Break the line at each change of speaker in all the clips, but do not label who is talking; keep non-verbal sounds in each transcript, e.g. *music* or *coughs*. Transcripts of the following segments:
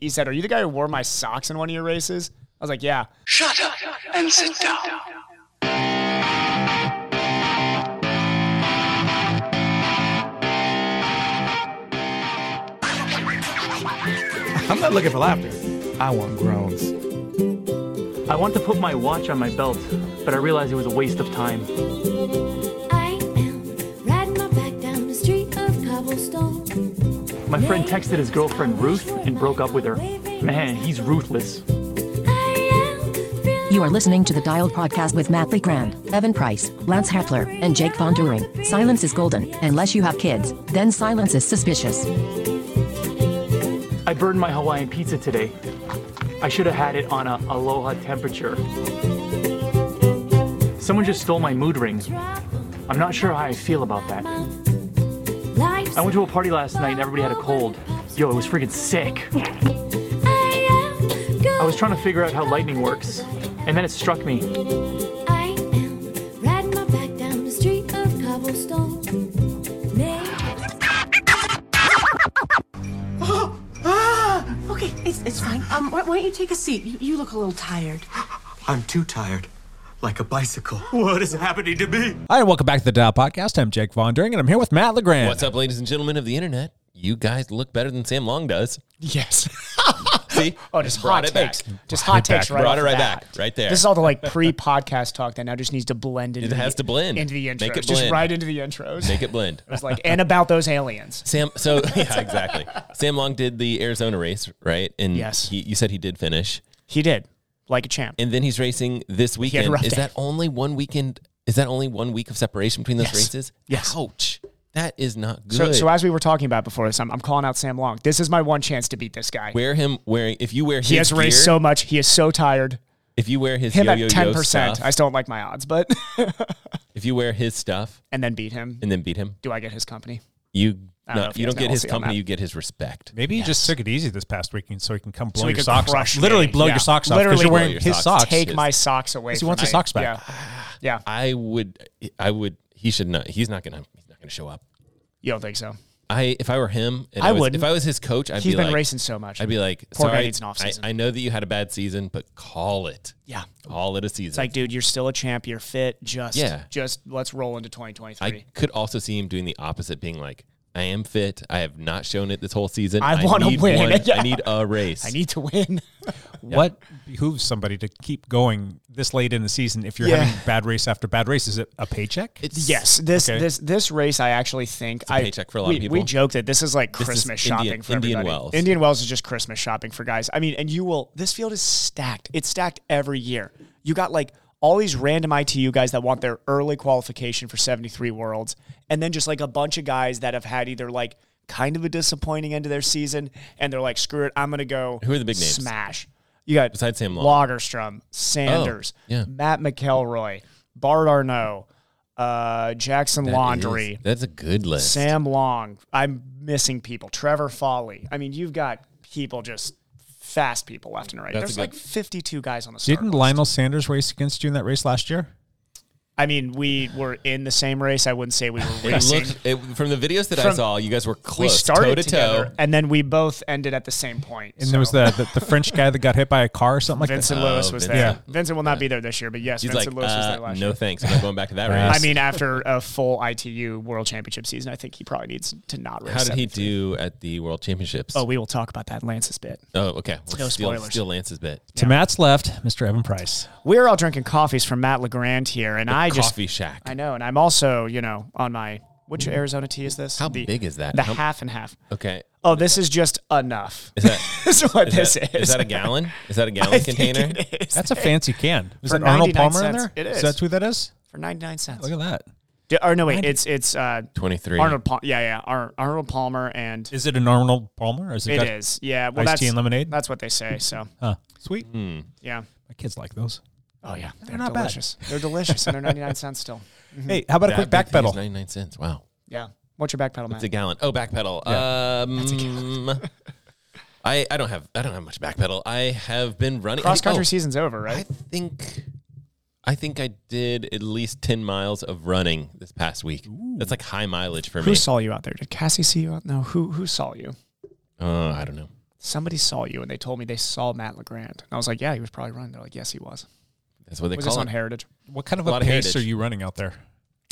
He said, Are you the guy who wore my socks in one of your races? I was like, Yeah.
Shut up and sit down.
I'm not looking for laughter. I want groans.
I want to put my watch on my belt, but I realized it was a waste of time.
I am riding my bike down the street of cobblestone.
My friend texted his girlfriend Ruth and broke up with her. Man, he's ruthless.
You are listening to the Dialed Podcast with Matt Lee Grand, Evan Price, Lance Heffler, and Jake Von During. Silence is golden, unless you have kids, then silence is suspicious.
I burned my Hawaiian pizza today. I should have had it on a aloha temperature. Someone just stole my mood ring. I'm not sure how I feel about that. I went to a party last night and everybody had a cold. Yo, it was freaking sick. I was trying to figure out how lightning works, and then it struck me.
I am riding my bike down the street of cobblestone.
Ah, okay, it's, it's fine. Um, why, why don't you take a seat? You, you look a little tired.
I'm too tired. Like a bicycle. What is happening to me?
Hi, and welcome back to the Dial Podcast. I'm Jake Von During, and I'm here with Matt LeGrand.
What's up, ladies and gentlemen of the internet? You guys look better than Sam Long does.
Yes. *laughs*
See?
Oh, just hot
Brought it
takes.
back.
Just hot takes
back.
right
Brought it
off
right
the bat.
back. Right there.
This is all the
*laughs*
like pre-podcast talk that now just needs to blend into
It
the-
has to blend.
into the intros.
Make it
Just
blend.
right into the intros.
Make it blend.
It's *laughs* like and about those aliens.
Sam, so *laughs* yeah, exactly. Sam Long did the Arizona race, right? And
Yes.
he, you said he did finish,
He did. Like a champ.
and then he's racing this
had a
weekend.
rough
Is
day.
that only one weekend? Is that only one week of separation between those
Yes.
races?
Yes.
Ouch! That is not good.
So, so as we were talking about before this, I'm, I'm calling out Sam Long. This is my one chance to beat this guy.
wear him wearing. If you wear his
he has raced
gear-
so much. He is so tired.
If you wear his
Him
yo-yo
at ten percent.
stuff,
I still don't like my odds, but *laughs*
if you wear his stuff
and then beat him.
and then beat him,
Do I get his company?
you
I don't know
no,
if he
you
has
don't
an
get his
LC on
company.
that.
You get his respect.
Maybe you just took it easy this past weekend so he can come blow
So he
your
could
socks
crush
off.
me.
Literally blow
Yeah.
your socks off because
Literally
you're wearing
blow your
his
socks.
socks.
Take
is-
my socks away.
Because he
from
wants his
my-
socks back.
Yeah. yeah.
I would. I would. He should not. He's not gonna. He's not gonna show up.
You don't think so?
I if I were him, and
I
I, was,
wouldn't.
If I was his coach, I'd
He's
be
been
like,
racing so much.
I'd be like,
Poor guy
sorry,
needs an off
I,
season."
I know that you had a bad season, but call it.
Yeah.
Call it a season.
It's like, dude, you're still a champ. You're fit. Just,
Yeah.
just let's roll into 2023.
I could also see him doing the opposite, being like, I am fit. I have not shown it this whole season.
I wanna
need
*laughs* win."
one.
Yeah.
I need a race.
I need to win.
What behooves somebody to keep going this late in the season if you're
Yeah.
having bad race after bad race? Is it a paycheck?
It's,
yes, this
Okay.
this this race, I actually think
a
I
paycheck for a lot
we,
of
We
people.
joke that this is like
is
Christmas
Indian-
shopping for
Indian
everybody.
Wells.
Indian Wells is just Christmas shopping for guys. I mean, and you will. This field is stacked. It's stacked every year. You got like all these random ITU guys that want their early qualification for 73 Worlds, and then just like a bunch of guys that have had either like kind of a disappointing end to their season, and they're like, screw it, I'm gonna go.
Who are the big names?
Smash. You got
Besides Sam Long. Oh,
Lagerstrom, Sanders,
yeah.
Matt McElroy, Bart Arnault, uh, Jackson
that
Laundry,
is- that's a good list.
Sam Long. I'm missing people. Trevor Folly. I mean, you've got people just fast people left and right.
That's a
There's like
good-
52 guys on the start
Didn't
list.
Lionel Sanders race against you in that race last year?
I mean, we were in the same race. I wouldn't say we
*laughs*
were
It
racing.
looked, it, from the videos that I
From-
saw, you guys were
we
close, toe
started
to
together,
toe.
and then we both ended at the same point.
And there was the, the, the French guy that got hit by a car or something like that.
Vincent
Oh,
Lewis was there.
Vincent.
Vincent will not be there this year, but yes,
He's
Vincent
like,
Lewis was
uh,
there last
no
year.
thanks. I'm not going back to that
*laughs* I
race.
mean, after a full ITU World Championship season, I think he probably needs to not race.
how did he
73.
do at the World Championships?
Oh, we will talk about that Lance's bit.
Oh, okay. Well,
No
steal,
spoilers.
Steal Lance's bit.
To Matt's left, Mr. Evan Price.
We're all drinking coffees from Matt Legrand here, and I just
Coffee Shack.
I know, and I'm also you know on my which Arizona tea is this?
How
The-
big is that?
The
How-
half and half.
Okay.
Oh, this is just enough.
Is that
*laughs* This is what
is
this
that,
is.
is that a gallon? Is that
*laughs* I
a gallon
think
container?
it is.
That's a fancy can. Is
For
that Arnold
99
Palmer in there?
cents, it is.
Is that who that is?
for ninety nine cents.
Look at that.
D- Or no, wait, it's it's uh,
23.
Arnold. Pal- yeah, yeah, Ar- Arnold Palmer, and
Is it an Arnold Palmer? Or is it,
it
got-
is. Yeah, well,
iced
that's
tea and lemonade?
That's what they say. So
Huh. Sweet.
Mm-hmm.
yeah.
My kids like those.
Oh yeah, they're,
not bad.
delicious. *laughs* They're delicious, and they're ninety nine cents still.
Hey, how about a quick
That
back
thing is
pedal?
99 cents. Wow.
*laughs* Yeah. What's your back pedal,
It's
Matt?
a gallon. Oh, back pedal. Um, *laughs* I, I don't have I don't have much back pedal. I have been running
Cross country
oh,
season's over, right?
I think I think I did at least 10 miles of running this past week. That's like high mileage for
who
me.
saw you out there? Did Cassie see you out? No, who who saw you?
Uh, I don't know.
somebody saw you and they told me they saw Matt Legrand. And I was like, yeah, he was probably running. They're like, yes, he was.
That's what they
was this
call
on
it.
Heritage?
What kind of
A
a,
lot of
pace
heritage.
are you running out there?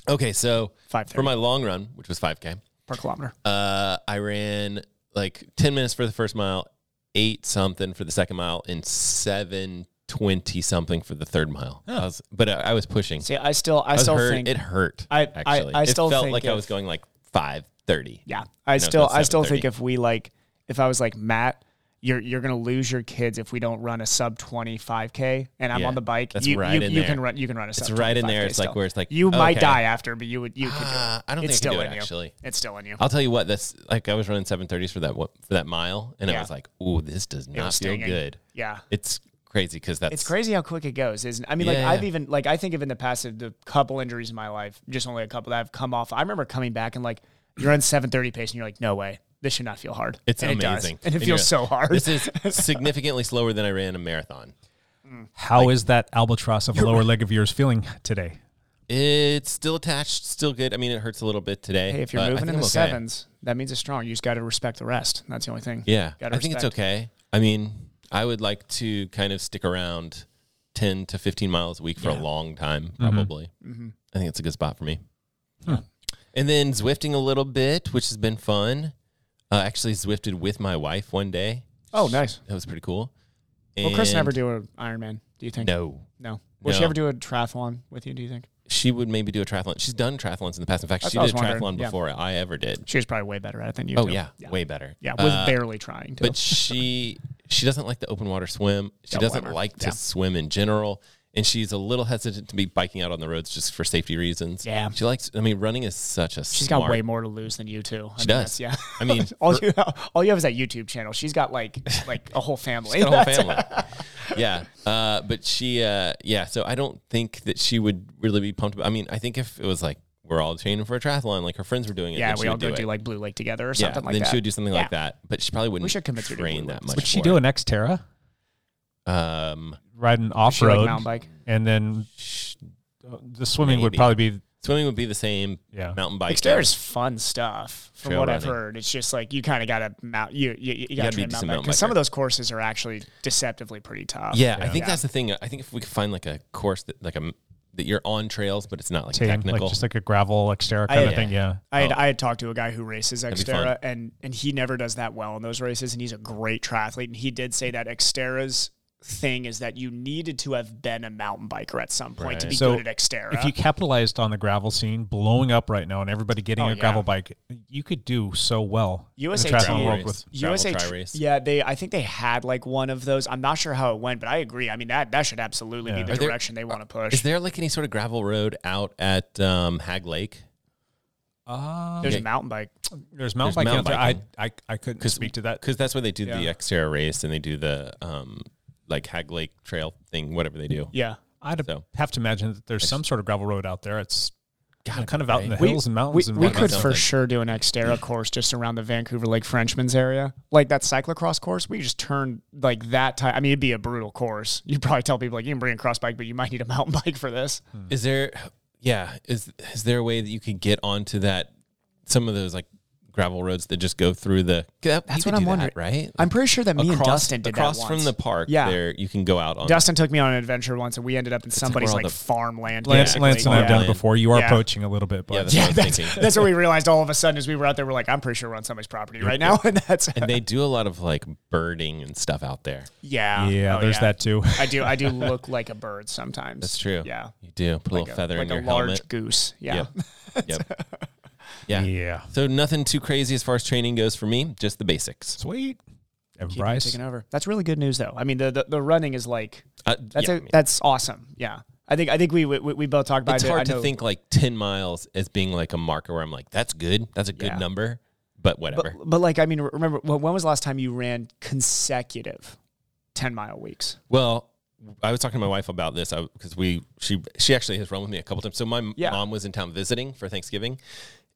Okay, so
5:30.
for my long run, which was 5K,
Per kilometer.
uh, I ran like 10 minutes for the first mile, eight something for the second mile, and seven twenty something for the third mile. I was, but I, I was pushing.
See, I still, I,
I was
still
hurt.
think
it hurt.
I- I-
actually,
I
it
still
felt
think
like I
if-
was going like 530.
Yeah, I
it's
still,
not
I still think
7:30.
if we like, if I was like Matt, you're you're gonna lose your kids if we don't run a sub twenty five k, and I'm
Yeah,
on the bike.
that's
you,
right
you,
in
you
there.
can run, you can run a sub.
right in there.
25K
It's like
still.
where it's like,
you might
okay.
die after, but you would you could do it.
Ah, I don't
it's still
think I can do it,
in you.
actually.
It's still in you.
I'll tell you what. That's like I was running 730s for that one- for that mile, and I
Yeah.
was like, "Ooh, this does not
was
feel
stinging.
good."
Yeah.
it's crazy because that's
It's crazy how quick it goes, isn't? I mean,
Yeah.
like I've even like I think of in the past of the couple injuries in my life, just only a couple that have come off. I remember coming back and like you're on seven thirty pace, and you're like, no way, this should not feel hard.
It's
and
amazing,
it does, and it
you're
feels
like,
so hard. *laughs*
This is significantly slower than I ran a marathon.
Mm.
How is that albatross of a lower leg of yours feeling today?
It's still attached, still good. I mean, it hurts a little bit today.
Hey, if you're
but I
moving
think
in the
I'm okay.
sevens, that means it's strong. You just got to respect the rest. That's the only thing.
yeah,
Gotta
I think it's
respect.
okay. I mean, I would like to kind of stick around ten to fifteen miles a week for a long time, probably.
Mm-hmm.
I think it's a good spot for me. And then Zwifting a little bit, which has been fun. Uh, actually, Zwifted with my wife one day.
Oh, nice.
That was pretty cool.
Will Chris
And-
never do an Ironman? Do you think?
No,
No. Will she
No.
ever do a triathlon with you? Do you think?
she would maybe do a triathlon. She's done triathlons in the past. In fact,
That's
she
what I
did a
was wondering,
triathlon
yeah.
before I ever did.
She was probably way better at it than you.
Oh
two.
yeah,
yeah,
way better.
yeah. Was
Uh,
barely trying to.
But she she doesn't like the open water swim. She
Don't
doesn't
blame her.
like to
Yeah.
swim in general, and she's a little hesitant to be biking out on the roads just for safety reasons.
Yeah.
she likes. I mean, running is such a.
She's
She's
got way more to lose than you two. I
She
mean,
does.
that's- Yeah. *laughs*
I mean,
all you all you have is that YouTube channel. She's got like like a whole family.
Got
*laughs*
a
That's-
whole family. *laughs* yeah. Uh, but she, uh, yeah. So I don't think that she would really be pumped. About, I mean, I think if it was like we're all training for a triathlon, like her friends were doing it,
Yeah,
then she
we all
would
go
do
do
it.
like Blue Lake together or something like
then
that.
she would do something like
Yeah.
that, but she probably wouldn't.
should convince her to do
train
Blue
that
Lake.
much.
Would she
for
do
it.
an Xterra?
Um,
Riding
She
off
like
road,
mountain bike.
and then the swimming would
Maybe.
probably be
swimming would be the same.
Yeah.
mountain bike.
Xterra is fun stuff, from
Trail
what I've
running.
heard. It's just like you kind of gotta mount you you, you gotta
gotta be
train
a
mountain
decent
bike
mountain
because some
biker.
of those courses are actually deceptively pretty tough.
Yeah, I think
Yeah.
that's the thing. I think if we could find like a course that like a that you're on trails, but it's not like
taking,
technical.
like just like a gravel Xterra
I-
kind of
yeah.
thing. Yeah.
I had, I had talked to a guy who races
Oh. be fun.
Xterra, and and he never does that well in those races, and he's a great triathlete, and he did say that Xterra's thing is that you needed to have been a mountain biker at some point to
Right.
be
So
good at Xterra.
If you capitalized on the gravel scene blowing up right now and everybody getting
Oh,
a
yeah.
gravel bike, you could do so well. in the
USA
triathlon
team-
world
race.
with
Gravel
USA,
tri
tr-
race.
yeah, they. I think they had like one of those. I'm not sure how it went, but I agree. I mean, that that should absolutely
Yeah.
be
Are
the
there- uh,
direction they want to push.
Is there like any sort of gravel road out at um, Hag Lake?
uh,
There's a mountain bike.
there's mountain
there's
biking.
mountain
out
biking.
there. I, I I couldn't speak to that.
Because that's where they do
Yeah.
the Xterra race and they do the um, like Hag Lake Trail thing, whatever they do.
Yeah,
I'd
So.
have to imagine that there's some sort of gravel road out there. It's kind of out in the
right?
hills and mountains.
we,
and
we
whatnot.
could for
something.
sure do an Xterra course just around the Vancouver Lake Frenchman's area, like that cyclocross course. We could just turn like that type. I mean, it'd be a brutal course. You'd probably tell people like you can bring a cross bike, but you might need a *laughs* mountain bike for this.
Is there? Yeah. Is is there a way that you could get onto that? Some of those like gravel roads that just go through the. that- you
That's what
could
I'm
do that,
wondering,
right?
I'm pretty sure that me and Dustin did
across
that
from
once.
the park.
Yeah.
there you can go out on.
Dustin took me on an adventure once, and we ended up in somebody's
all
like,
the-
farmland.
Lance,
basically.
Lance and I have done it
Yeah.
before. You are
Yeah.
approaching a little bit, but
yeah, that's
Yeah,
what I'm
that's,
thinking.
that's what we realized all of a sudden as we were out there. We're like, I'm pretty sure we're on somebody's property right now, *laughs* and that's
and they do a lot of like birding and stuff out there.
yeah,
Yeah,
Oh,
there's
yeah.
that too.
I do,
*laughs*
I do look like a bird sometimes.
That's true.
Yeah,
you do put a little feather
like
in your
a large
helmet.
goose. Yeah, *laughs*
Yep. yep. Yeah.
Yeah.
So nothing too crazy as far as training goes for me. Just the basics.
*laughs* Sweet. Evan
Keep
Bryce.
taking over. That's really good news, though. I mean, the the, the running is like
Uh,
that's
yeah,
a,
I mean,
that's awesome. Yeah, I think I think we we, we both talked about
it's
it. I
hard to
know-
think like ten miles as being like a marker where I'm like, that's good. That's a good
Yeah.
number. But whatever.
but but like I mean, remember when when was the last time you ran consecutive ten mile weeks?
Well, I was talking to my wife about this because we she she actually has run with me a couple times. So my m-
Yeah.
mom was in town visiting for Thanksgiving,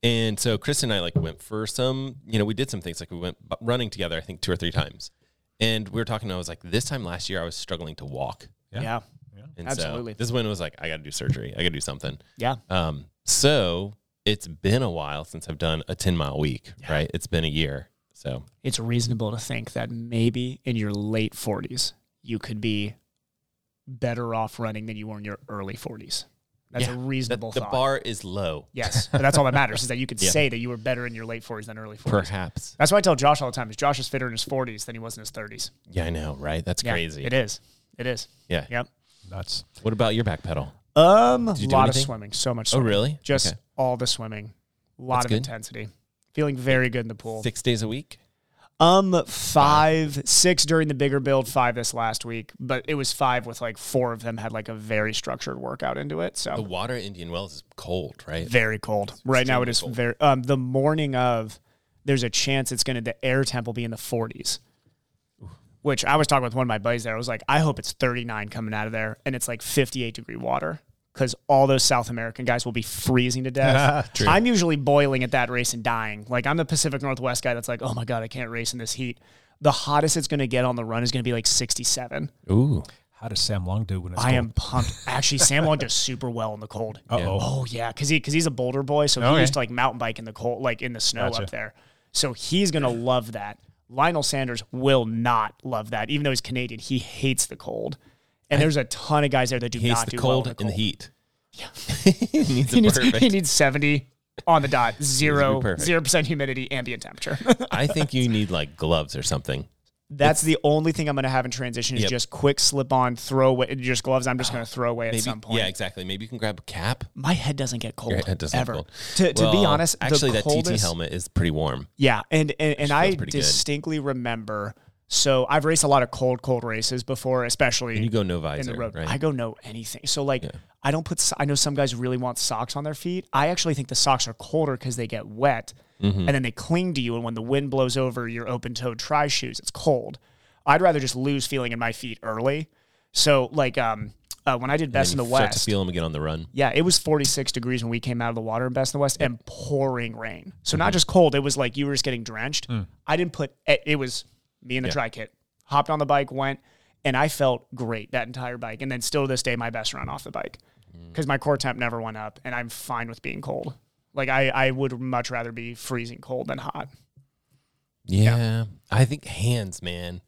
and so Chris and I like went for some you know we did some things like we went bu- running together I think two or three times, and we were talking. And I was like, this time last year I was struggling to walk,
Yeah, yeah,
and
Absolutely.
so this is when it was like I got to do surgery, I got to do something.
yeah.
Um, so it's been a while since I've done a ten mile week, right? It's been a year. So
it's reasonable to think that maybe in your late 40s, you could be better off running than you were in your early 40s. That's
Yeah.
a
the,
reasonable
the
thought.
bar is low. *laughs*
Yes, but that's all that matters is that you could
Yeah.
say that you were better in your late 40s than early 40s.
Perhaps.
That's why I tell Josh all the time is Josh is fitter in his 40s than he was in his 30s.
Yeah, I know, right? That's
Yeah,
crazy.
It is. It is.
Yeah.
Yep.
Nuts.
What about your back pedal?
Um, a lot
you do
of
anything?
swimming. So much
Oh,
swimming.
really?
Just
Okay.
all the swimming. A lot
That's
of
good.
intensity. Feeling very good in the pool.
six days a week.
Um, five, six during the bigger build, five this last week, but it was five with like four of them had like a very structured workout into it.
The
So
water at Indian Wells is cold, right?
Oh. very cold right now. It
extremely
is
cold.
very. Um, the morning of, there's a chance it's going to the air temp will be in the 40s. Which I was talking with one of my buddies there. I was like, I hope it's 39 coming out of there, and it's like 58 degree water because all those South American guys will be freezing to death.
*laughs* True.
I'm usually boiling at that race and dying. Like I'm the Pacific Northwest guy that's like, oh my god, I can't race in this heat. The hottest it's going to get on the run is going to be like 67.
Ooh.
How does Sam Long do when it's
I am pumped. Actually, Sam Long
*laughs*
does super well in the cold.
Uh oh.
Oh yeah, because he because he's a Boulder boy, so he
Okay.
used to like mountain bike in the cold, like in the snow
Gotcha.
up there. So he's gonna love that. Lionel Sanders will not love that, even though he's Canadian. He hates the cold, and there's a ton of guys there that do
He hates
not
the
do
cold,
well in the
and
cold.
the heat. Yeah. *laughs*
*laughs*
he needs
He
a
needs,
perfect.
he needs seventy on the
*laughs*
dot, zero
perfect.
zero percent humidity, ambient temperature. *laughs*
I think you need like gloves or something.
That's the only thing I'm gonna have in transition is
Yep. Ah,
just quick slip on, throw away just gloves. I'm just gonna throw away
Maybe.
at some point.
Yeah, exactly. Maybe you can grab a cap.
My head doesn't get cold
Your head doesn't
ever.
cold.
To, to be
Well,
honest, the
actually, that TT
coldest-
helmet is pretty warm.
Yeah, and and, and I
feels pretty good.
distinctly remember. So I've raced a lot of cold, cold races before, especially
And you go no
in
visor,
the road.
right?
I go no anything. So like, I don't put. so- I know some guys really want socks on their feet. I actually think the socks are colder because they get wet,
Mm-hmm.
and then they cling to you. And when the wind blows over your open-toed tri shoes, it's cold. I'd rather just lose feeling in my feet early. So like, um, uh, when I did best
And
in the
you start
West,
to feel them again on the run.
yeah, it was 46 degrees when we came out of the water in Best in the West and pouring rain. So
Mm-hmm.
not just cold, it was like you were just getting drenched.
Mm.
I didn't put it it was me and the tri kit. Hopped on the bike, went, and I felt great that entire bike. And then still to this day, my best run off the bike.
Mm.
Because my core temp never went up and I'm fine with being cold. Like I, I would much rather be freezing cold than hot.
Yeah. I think hands, man.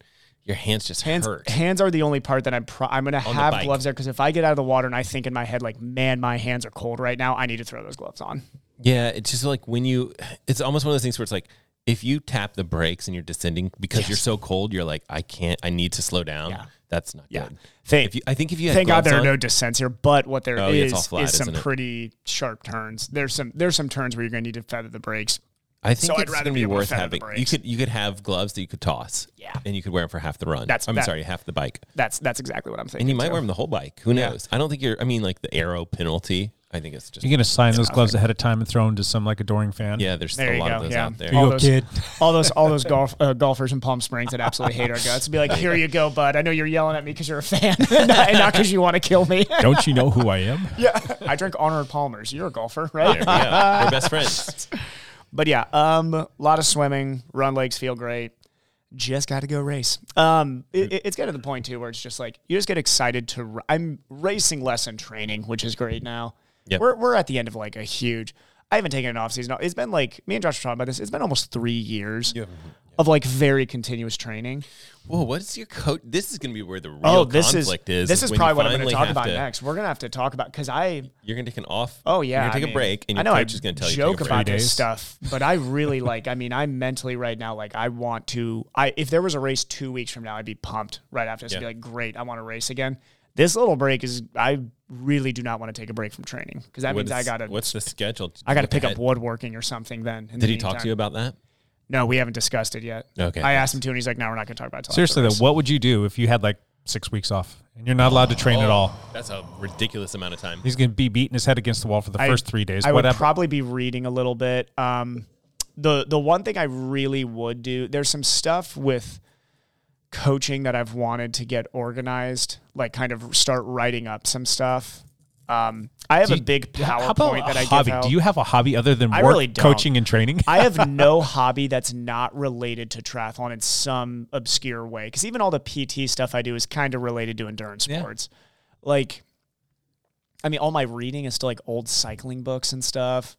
Your hands just
Hands,
hurt.
hands are the only part that I'm pro- I'm gonna
the
have
bike.
gloves there because if I get out of the water and I think in my head like, man, my hands are cold right now, I need to throw those gloves on.
Yeah, it's just like when you, it's almost one of those things where it's like if you tap the brakes and you're descending because you're so cold, you're like, I can't, I need to slow down.
Yeah.
That's not
Yeah.
good.
Thank-
if you, I think if you had
Thank God
gloves
there are
on-
no descents here, but what there is
Oh, yeah, it's all flat,
is some
isn't it?
pretty sharp turns. There's some there's some turns where you're gonna need to feather the brakes.
I think
So I'd
it's
rather
going to
be
be
able to
worth
feather the
having. You
brakes.
could you could have gloves that you could toss.
Yeah.
and you could wear them for half the run.
That's-
I'm
that-
sorry, half the bike,
That's that's exactly what I'm thinking.
and you might
too.
wear them the whole bike. Who
Yeah.
knows? I don't think you're. I mean, like the arrow penalty. I think it's just
You're going to sign those gloves ahead of time and throw them to some like adoring fan?
yeah. There's
There
a
you
lot
go.
of those
yeah.
out there.
Here you
All
go,
those,
kid.
all those all those golf uh, golfers in Palm Springs that absolutely hate our guts. Be like, here you go, bud. I know you're yelling at me because you're a fan, *laughs* and not because you want to kill me.
Don't you know who I am?
yeah, I drink Honor Palmers. You're a golfer, right?
yeah, we're best friends.
But yeah, um, a lot of swimming, run legs feel great. Just got to go race. Um, it, it- it's getting to the point too where it's just like you just get excited to. r- I'm racing less in training, which is great now.
Yep.
We're we're at the end of like a huge. I haven't taken an off season. It's been like me and Josh were talking about this. It's been almost three years of like very continuous training.
*laughs* Whoa, what is your coach? This is going to be where the real
oh, this is
conflict is.
this is
when you
probably what I'm going to
finally
talk
have
about
to-
next. We're going to have to talk about because I
You're going to take an off.
Oh yeah,
you're going to
I
take
mean,
a break, and
I
your
know
coach
I
is going to tell you.
joke
to take a break.
about
Three
this
days.
stuff, but I really like. I mean, I'm mentally right now like I want to. I if there was a race two weeks from now, I'd be pumped right after this. I'd be
Yeah.
like, great, I want to race again. This little break is. I really do not want to take a break from training because that means
What's-
I got to.
What's the schedule?
I got to
Look
pick up
ahead.
woodworking or something. Then in the
Did he talk
meantime.
to you about that?
No, we haven't discussed it yet.
Okay.
I asked him to, and he's like, "No, we're not going to talk about it." till after
Seriously,
the
though,
race."
what would you do if you had like six weeks off and you're not allowed to train
Oh.
at all?
That's a ridiculous amount of time.
He's going to be beating his head against the wall for the first three days.
I
what
would
happened?
probably be reading a little bit. Um, the the one thing I really would do, there's some stuff with coaching that I've wanted to get organized, like kind of start writing up some stuff. Um, I have
Do
a
you-
big
How about
PowerPoint
a
that I
hobby?
give out.
Do you have a hobby other than
I
work,
really don't.
coaching, and *laughs* training?
I have no hobby that's not related to triathlon in some obscure way. Because even all the PT stuff I do is kind of related to endurance
Yeah.
sports. Like, I mean, all my reading is still like old cycling books and stuff.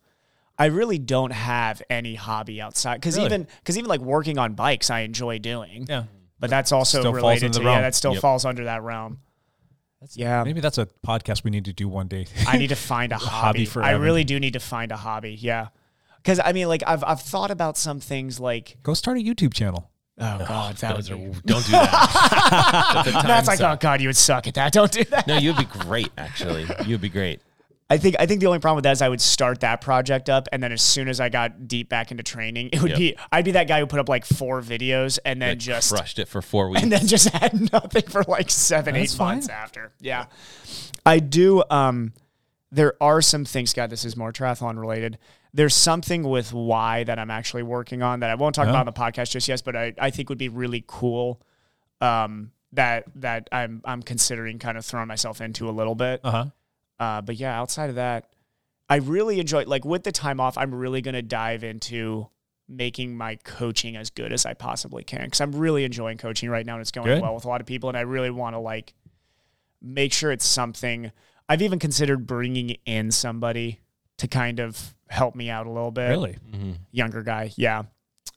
I really don't have any hobby outside because
Really?
even because even like working on bikes, I enjoy doing.
Yeah.
but that's also
Still falls
related to
into the
yeah,
realm.
that still
Yep.
falls under that realm. yeah,
Maybe that's a podcast we need to do one day.
I need to
*laughs*
find a hobby.
hobby for
I
Evan.
really do need to find a hobby. Yeah, because I mean, like I've I've thought about some things like
Go start a YouTube channel.
oh *laughs* god, that would
Those are,
be, *laughs*
don't do that. That's a time
that's like oh
suck.
god, you would suck at that. *laughs* Don't do that.
no, you'd be great. Actually, you'd be great.
I think I think the only problem with that is I would start that project up, and then as soon as I got deep back into training, it would
Yep.
be I'd be that guy who put up like four videos and then
Like,
just
crushed it for four
*laughs*
weeks.
and then just had nothing for like seven,
That's
eight months
fine.
after. Yeah. I do um there are some things, God, this is more triathlon related. There's something with why that I'm actually working on that I won't talk about on the podcast just yet, but I, I think would be really cool. Um that that I'm I'm considering kind of throwing myself into a little bit.
Uh huh.
Uh, but yeah, outside of that, I really enjoy like with the time off. I'm really gonna dive into making my coaching as good as I possibly can because I'm really enjoying coaching right now and it's going
Good.
well with a lot of people, and I really want to like make sure it's something. I've even considered bringing in somebody to kind of help me out a little bit.
Really?
Mm-hmm.
younger guy, yeah.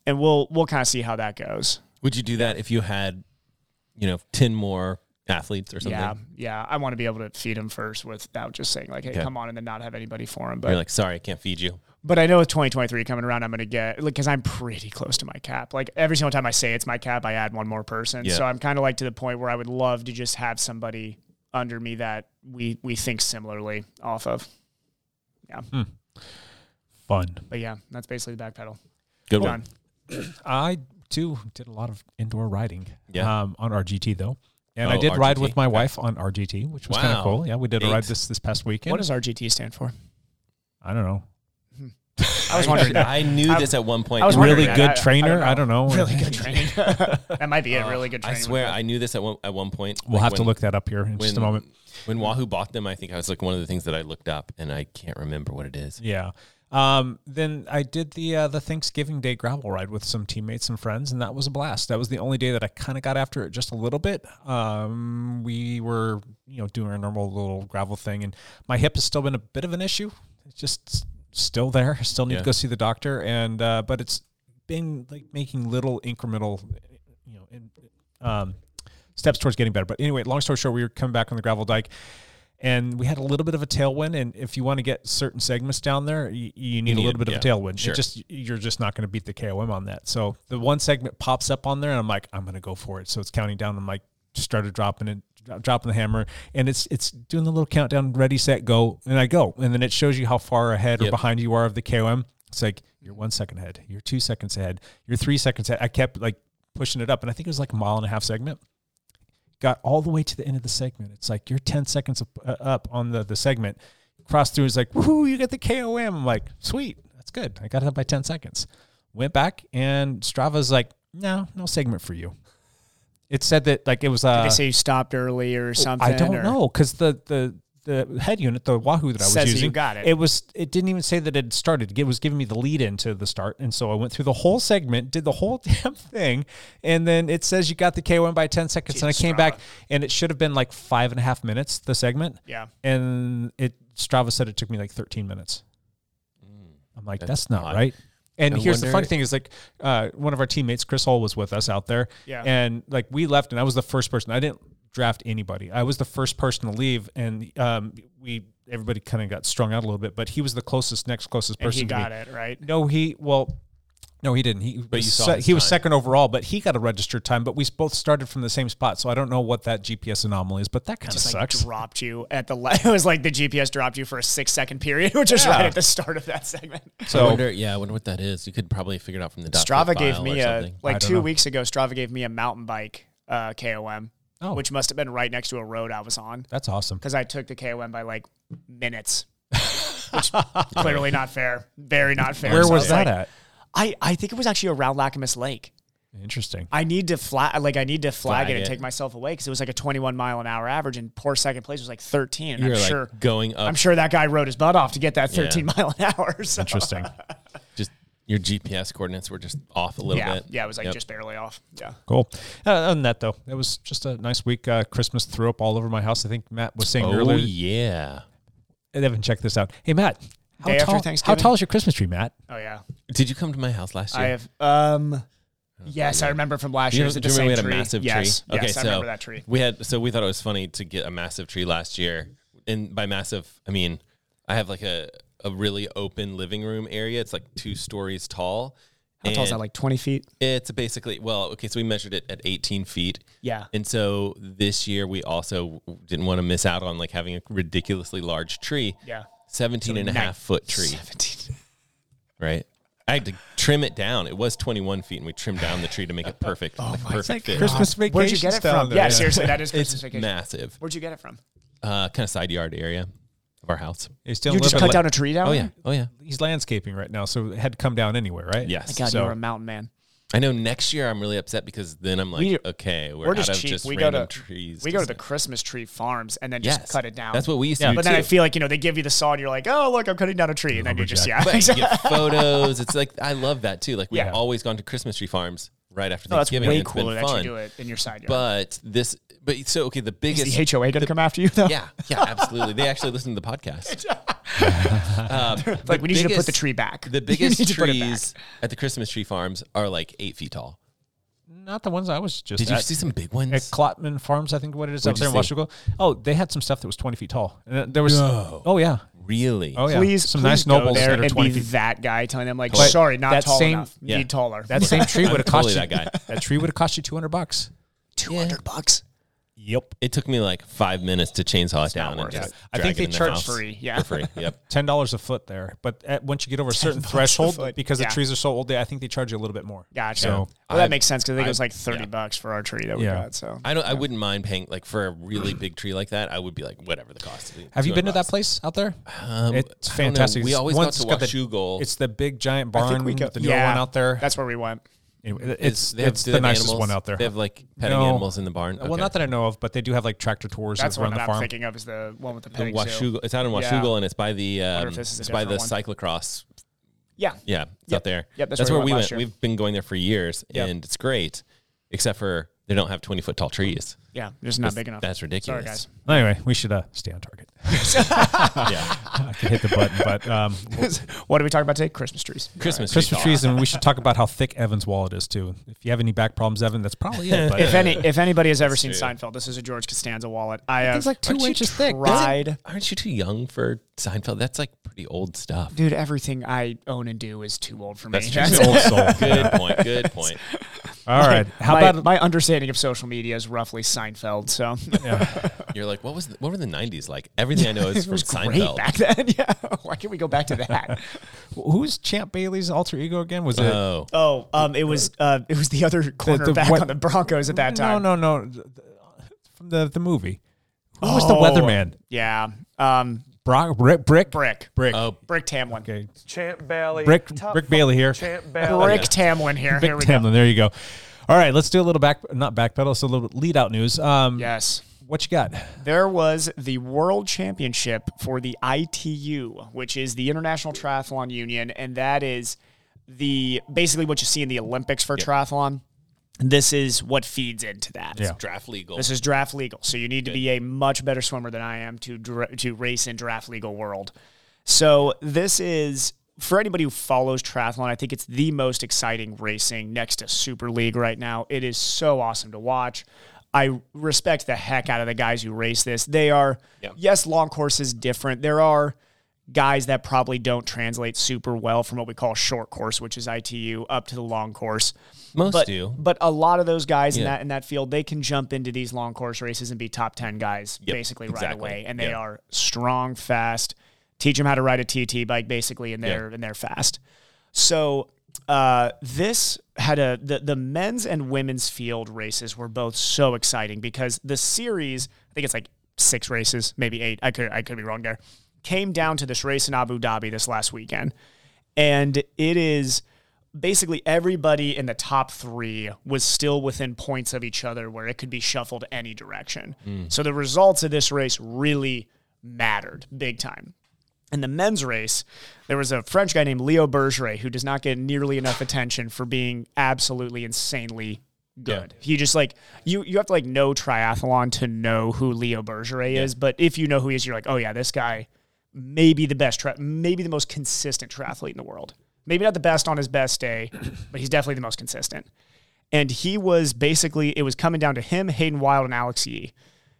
And we'll we'll kind of see how that goes.
Would you do that if you had, you know, ten more athletes or something?
Yeah, yeah. I want to be able to feed him first without just saying like, "Hey, come on," and then not have anybody for him. But
You're like, sorry, I can't feed you.
But I know with 2023 coming around, I'm going to get, like, because I'm pretty close to my cap. Like, every single time I say it's my cap, I add one more person.
Yeah.
So I'm kind of like to the point where I would love to just have somebody under me that we, we think similarly off of.
Hmm. Fun.
But yeah, that's basically the back pedal.
Good
Hold
one.
on.
I too did a lot of indoor riding.
Yeah.
Um, on RGT though, and I
Oh,
did ride
RGT.
with my wife on RGT, which was kind
Wow.
of cool. Yeah, we did a ride
Eight.
this this past weekend.
What does RGT stand for? Hmm.
I don't know.
I was
*laughs*
wondering that.
I knew
I-
this at one point.
I was
in time.
wondering
Really
that. I- I
good
don't
trainer.
know.
I don't know.
Really good training. *laughs* that might be a
*laughs*
really good
I
training.
swear, I knew this at one at one point.
We'll
Like,
have to
when-
look that up here in just a moment.
When Wahoo bought them, I think I was like one of the things that I looked up, and I can't remember what it is.
Yeah. Um, then I did the uh, the Thanksgiving Day gravel ride with some teammates and friends, and that was a blast. That was the only day that I kind of got after it just a little bit. Um, we were you know doing our normal little gravel thing, and my hip has still been a bit of an issue. It's just s- still there. I Still need
Yeah.
to go see the doctor, and uh, but it's been like making little incremental, you know, in, um, steps towards getting better. But anyway, long story short, we were coming back on the gravel dike and we had a little bit of a tailwind. And if you want to get certain segments down there, you, you need a
need
little
it,
bit of a
yeah,
tailwind. It
sure.
just you're just not going to beat the KOM on that. So the one segment pops up on there, and I'm like, I'm going to go for it. So it's counting down. I'm like, just started dropping it, dro- dropping the hammer, and it's it's doing the little countdown, ready, set, go, and I go, and then it shows you how far ahead or
Yep.
behind you are of the KOM. It's like you're one second ahead, you're two seconds ahead, you're three seconds ahead. I kept like pushing it up, and I think it was like a mile and a half segment got all the way to the end of the segment. It's like you're 10 seconds up, uh, up on the, the segment. Cross through is like, woohoo, you got the KOM. I'm like, sweet, that's good. I got it up by 10 seconds. Went back and Strava's like, no, no segment for you. It said that like it was uh,
they say you stopped early or something.
I don't
or-
know because the the the head unit, the Wahoo that I was
Says that you
using,
got it.
It was it didn't even say that it had started. It was giving me the lead into the start, and so I went through the whole segment, did the whole *laughs* damn thing, and then it says you got the K1 by ten seconds, and I came back, and it should have been like five and a half minutes the segment,
Yeah.
and it Strava said it took me like thirteen minutes. I'm like, that's, not
odd.
right. And
I
here's the
wonder-
funny thing is like uh, one of our teammates, Chris Hall, was with us out there.
Yeah.
And like we left and I was the first person. I didn't draft anybody. I was the first person to leave and um, we everybody kind of got strung out a little bit, but he was the closest, next closest
And
person
he
to
got
me.
it, right?
No, he well no, he didn't. He was
you saw
se-
his
he was
time.
second overall, but he got a registered time. But we both started from the same spot, so I don't know what that GPS anomaly is. But that kind of
Just like
sucks.
dropped you at the. Le- *laughs* it was like the GPS dropped you for a six second period, *laughs* which is
Yeah.
right at the start of that segment.
I
so
wonder, yeah, I wonder what that is. You could probably figure it out from the document
Strava gave
file
me
or
a
something.
like
I don't
two
know.
weeks ago. Strava gave me a mountain bike uh, KOM,
Oh.
which must have been right next to a road I was on
that's awesome.
because I took the KOM by like
*laughs*
minutes, which clearly not fair. Very not fair.
Where
So I
was that
like-
at?
I I think it was actually around Lacamas Lake.
Interesting.
I need to flag like I need to flag,
Flag
it and
it.
take myself away because it was like a 21 mile an hour average and poor second place was like 13.
You're
I'm
like
sure
going up.
I'm sure that guy rode his butt off to get that
Yeah.
13 *laughs* mile an hour. So.
Interesting.
Just your GPS coordinates were just off a little
yeah,
bit.
yeah, it was like
Yep.
just barely off. Yeah.
Cool. Uh, other than that, though, it was just a nice week. Uh, Christmas threw up all over my house. I think Matt was saying
Oh
earlier.
yeah.
Evan, check this out. Hey, Matt, How
Day after
tall,
Thanksgiving?
How tall is your Christmas tree, Matt?
Oh yeah,
Did you come to my house last year?
I have. Um, yes, I remember from last
Do
year.
you,
Is
do
it
you
the
remember
same
we had a
tree?
massive
yes,
tree?
yes, I
so
remember that tree.
We had so we thought it was funny to get a massive tree last year. And by massive, I mean I have like a a really open living room area. It's like two stories tall.
How tall is that?
And
Like twenty
*laughs*
feet?
It's basically well, okay. So we measured it at 18 feet.
Yeah.
And so this year we also didn't want to miss out on like having a ridiculously large tree.
Yeah.
17 and a
nine-
half foot tree,
Seventeen.
right? I had to trim it down. It was 21 feet, and we trimmed down the tree to make it
*laughs*
perfect, like a perfect fit.
Oh Christmas vacation.
Where'd you get it
style
from?
though,
Yeah, seriously, that is Christmas
*laughs* It's
vacation.
massive.
Where'd you get it from?
uh, kind of side yard area of our house.
He's still
you
living-
just cut down a tree down?
Oh
there?
yeah, oh yeah,
He's landscaping right now, so it had to come down anyway, right?
yes.
God,
So-
you're a mountain man.
I know next year I'm really upset because then I'm like,
We-
okay, we're,
We're
out
just
of
cheap.
just
we go
random
to
trees.
we go to the
just-
Christmas tree farms and then
Yes.
just cut it down.
That's what we used to do.
But then I
too.
feel like you know they give you the saw and you're like, oh look, I'm cutting down a tree, and then you just yeah, *laughs*
But you
exactly.
get photos. It's like I love that too. Like we've
Yeah.
always gone to Christmas tree farms right after
No, Oh, that's
Thanksgiving.
way
and it's been
cooler that
fun.
you do it in your side yard.
But this, but so okay, the biggest
is the HOA going to come after you though?
Yeah, yeah, absolutely. they actually listen to
*laughs*
the podcast. Uh,
It's like
the
we need you to put the
biggest-
tree back. *laughs*
The
You
biggest
need to put it back.
trees at the Christmas tree farms are like eight feet tall.
Not the ones I was just.
Did you
at.
see some big ones?
at Klotman Farms, I think what it is
What'd
up there
you
in
see?
Washoe. Oh, they had some stuff that was twenty feet tall. And th- there was. Oh yeah.
really?
Oh yeah.
Please,
some
please
nice
go
nobles
there
that are
and
twenty
be
feet.
that guy telling them like,
But
sorry, not
that
tall
same-
enough.
yeah.
Need taller.
That same tree would have cost
*laughs* totally
you
that guy.
That tree would have cost you two hundred bucks.
*laughs* two hundred bucks.
Yep.
It took me like five minutes to chainsaw it down. And
worth it.
just
I
drag it
think they
in the
charge
house
free, yeah.
for free. Yep.
Ten dollars a foot there, but at, once you get over a certain
$10 a
threshold,
foot.
because
Yeah.
the trees are so old, they, I think they charge you a little bit more.
Gotcha.
So
well,
I've-
that makes sense because I think it was
I've-
like thirty
yeah.
bucks for our tree that we
Yeah.
got. So
I don't. I wouldn't mind paying like for a really big tree like that. I would be like whatever the cost. is,
Have you been to
200
that
bucks.
place out there?
Um,
it's
I don't know.
fantastic.
We
It's-
always
once
got to
it's got the-
Washugal.
It's the big giant barn,
we go-
the newer
Yeah.
one out there.
that's where we went.
Anyway,
Is-
it's
they have-
it's
do they
the
have
nicest
animals?
one out there.
They have like petting
No.
animals in the barn.
Well, not that I know of, but they do have like tractor tours
That's
that run
what
the
I'm
farm.
thinking of is the one with the
the
petting zoo.
Washugal. It's out in Washugal, and it's by the um,
if this is a
it's by the
different one.
cyclocross.
Yeah,
Yeah, it's
Yep.
out there.
Yep, that's where
where, we
we
went.
went last year.
We've been going there for years,
Yep.
and it's great, except for they don't have twenty foot tall trees.
yeah, just not big enough.
That's
Sorry,
ridiculous.
guys.
Anyway, we should uh, stay on target.
Yeah.
I can hit the button, but um,
*laughs* What are we talking about today? Christmas trees.
Christmas tree
Christmas
farm.
trees, and we should talk about how thick Evan's wallet is too. If you have any back problems, Evan, that's probably it.
*laughs*
But
*laughs*
If any, if anybody has ever seen
true.
Seinfeld, this is a George Costanza wallet. I have
It's like two
Aren't you
inches thick.
tried,
Aren't you too young for Seinfeld? That's like pretty
*laughs*
old stuff.
dude. Everything I own and do is too old for me.
That's
*laughs*
That's
true.
old soul.
Good point. Good point.
*laughs*
All right. How
my,
about
my understanding of social media is roughly Seinfeld? So *laughs*
You're like, what was the, what were the '90s like? Everything I know
*laughs*
is
it
from
was great
Seinfeld.
back then. *laughs* Yeah, why can't we go back to that?
who's Champ Bailey's alter ego again? Was it
oh,
*laughs* oh, um, it was uh, it was the other cornerback
what-
on the Broncos at that
no,
time.
no, no, th- th- from the the movie? Who was the weatherman?
Oh, Yeah, um,
Brock, Brick, Brick,
Brick,
Brick.
oh,
Brick Tamlin,
Okay,
Champ Bailey.
Brick, Brick Bailey here.
Oh,
Brick Tamlin here.
Brick
here we
Tamlin. There you go. All right, let's do a little back, not backpedal, so a little lead out news. Um,
go. Yes.
what you got?
There was the World Championship for the ITU, which is the International Triathlon Union, and that is the basically what you see in the Olympics for triathlon. This is what feeds into that.
Yeah.
draft legal.
This is draft legal, so you need to be a much better swimmer than I am to dra- to race in draft legal world. So this is for anybody who follows triathlon. I think it's the most exciting racing next to Super League right now. It is so awesome to watch. I respect the heck out of the guys who race this. They are yes, long course is different. There are guys that probably don't translate super well from what we call short course, which is ITU, up to the long course
Most
but,
do.
But a lot of those guys in
Yeah.
that in that field, they can jump into these long course races and be top ten guys
Yep,
basically right
exactly.
away, and they
Yeah.
are strong, fast. Teach them how to ride a TT bike basically, and they're and they're fast. So uh, this had a the the men's and women's field races were both so exciting because the series I think it's like six races, maybe eight. I could I could be wrong there. Came down to this race in Abu Dhabi this last weekend, and it is basically everybody in the top three was still within points of each other where it could be shuffled any direction. So the results of this race really mattered big time. In the men's race, there was a French guy named Leo Bergeret who does not get nearly enough attention for being absolutely insanely good. He just like you you have to like know triathlon to know who Leo Bergeret is, but if you know who he is, you're like, oh yeah, this guy maybe the best, tra- maybe the most consistent triathlete in the world. Maybe not the best on his best
*coughs*
day, but he's definitely the most consistent. And he was basically, it was coming down to him, Hayden Wild, and Alex Yee.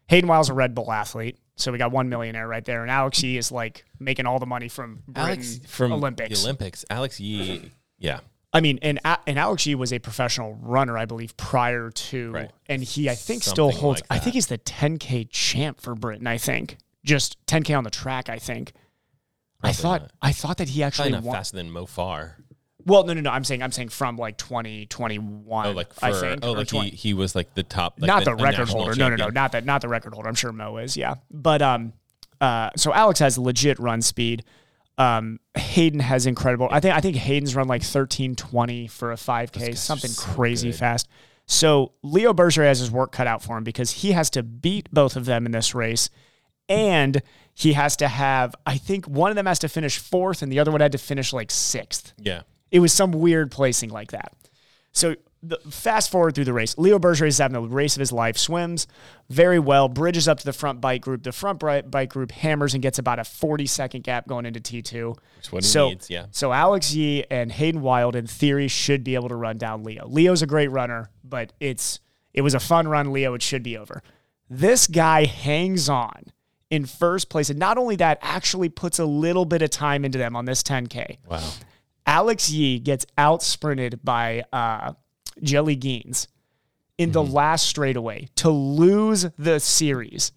Hayden Wild's a Red Bull athlete. So we got one millionaire right there. And Alex Yee is like making all the money from Britain,
Alex from
Um, Olympics.
The Olympics.
*laughs*
Alex Yee. Yeah.
I mean, and A- and Alex G was a professional runner, I believe, prior to,
Right.
and he I think still
Something
holds.
like
I think
that.
he's the 10k champ for Britain. I think just 10k on the track. I think. I
Probably
thought
not.
I thought that he
Probably
actually
not
won.
faster than Mofar.
Well, no, no, no. I'm saying I'm saying from like 2021.
Oh, like for,
I think.
oh,
or
like
20
he, he was like the top, like,
not the, record
national
holder. No, no, no,
champion.
not that, not the record holder. I'm sure Mo is. Yeah, but um, uh, so Alex has legit run speed. Um, Hayden has incredible. I think I think Hayden's run like 13:20 for a 5K, something crazy fast. So Leo Berger has his work cut out for him because he has to beat both of them in this race, and he has to have. I think one of them has to finish fourth, and the other one had to finish like sixth.
Yeah.
It was some weird placing like that. So the, fast forward through the race. Leo Berger is having the race of his life, swims very well, bridges up to the front bike group. The front bri- bike group hammers and gets about a 40 second gap going into T2. Which
what he
so,
needs, yeah.
So Alex Yee and Hayden Wild, in theory, should be able to run down Leo. Leo's a great runner, but it's it was a fun run, Leo. It should be over. This guy hangs on in first place. And not only that, actually puts a little bit of time into them on this 10K.
Wow.
Alex Yee gets out sprinted by uh, Jelly Geens in the last straightaway to lose the series,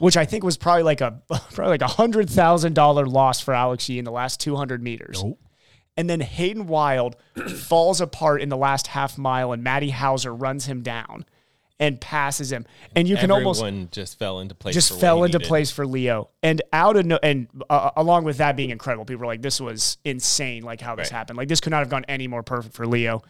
which I think was probably like a *laughs* probably like a hundred thousand dollar loss for Alex Yee in the last two hundred meters. And then Hayden Wild falls apart in the last half mile, and Matty Hauser runs him down and passes him. And you can
Everyone
almost
just fell into place. for
just
what
fell
he
into
needed.
place for Leo. And out of no, and uh, along with that being incredible, people were like, "This was insane! Like how this
Right.
happened! Like this could not have gone any more perfect for Leo."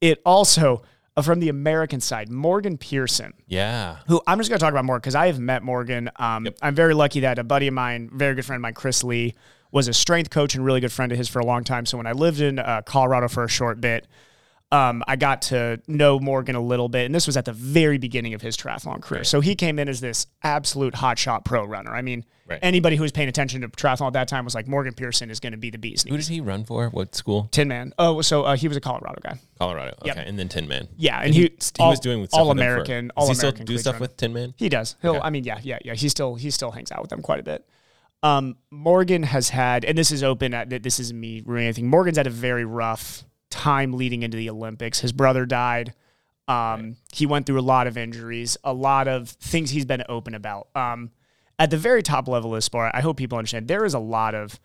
It also uh, from the American side, Morgan Pearson,
Yeah.
who I'm just going to talk about more because I have met Morgan. Um, I'm very lucky that a buddy of mine, very good friend of mine, Chris Lee, was a strength coach and really good friend of his for a long time. So when I lived in uh, Colorado for a short bit. Um, I got to know Morgan a little bit, and this was at the very beginning of his triathlon career. So he came in as this absolute hotshot pro runner. I mean,
Right.
anybody who was paying attention to triathlon at that time was like, Morgan Pearson is going to be the beast.
Who did he run for? What school?
Tin Man. Oh, so uh, he was a Colorado guy.
Colorado. Okay.
Yep.
And then Tin Man.
Yeah, and he- all-
was doing with stuff
all
with them for-
American-
Does
all American
he still do
cleats
stuff
runner.
with Tin Man?
He does. He'll.
Okay.
I mean, yeah, yeah, yeah. He still he still hangs out with them quite a bit. Um, Morgan has had, and this is open. At, this is me ruining anything. Morgan's had a very rough time leading into the Olympics. His brother died. Um, He went through a lot of injuries, a lot of things he's been open about. Um, at the very top level of the sport, I hope people understand there is a lot of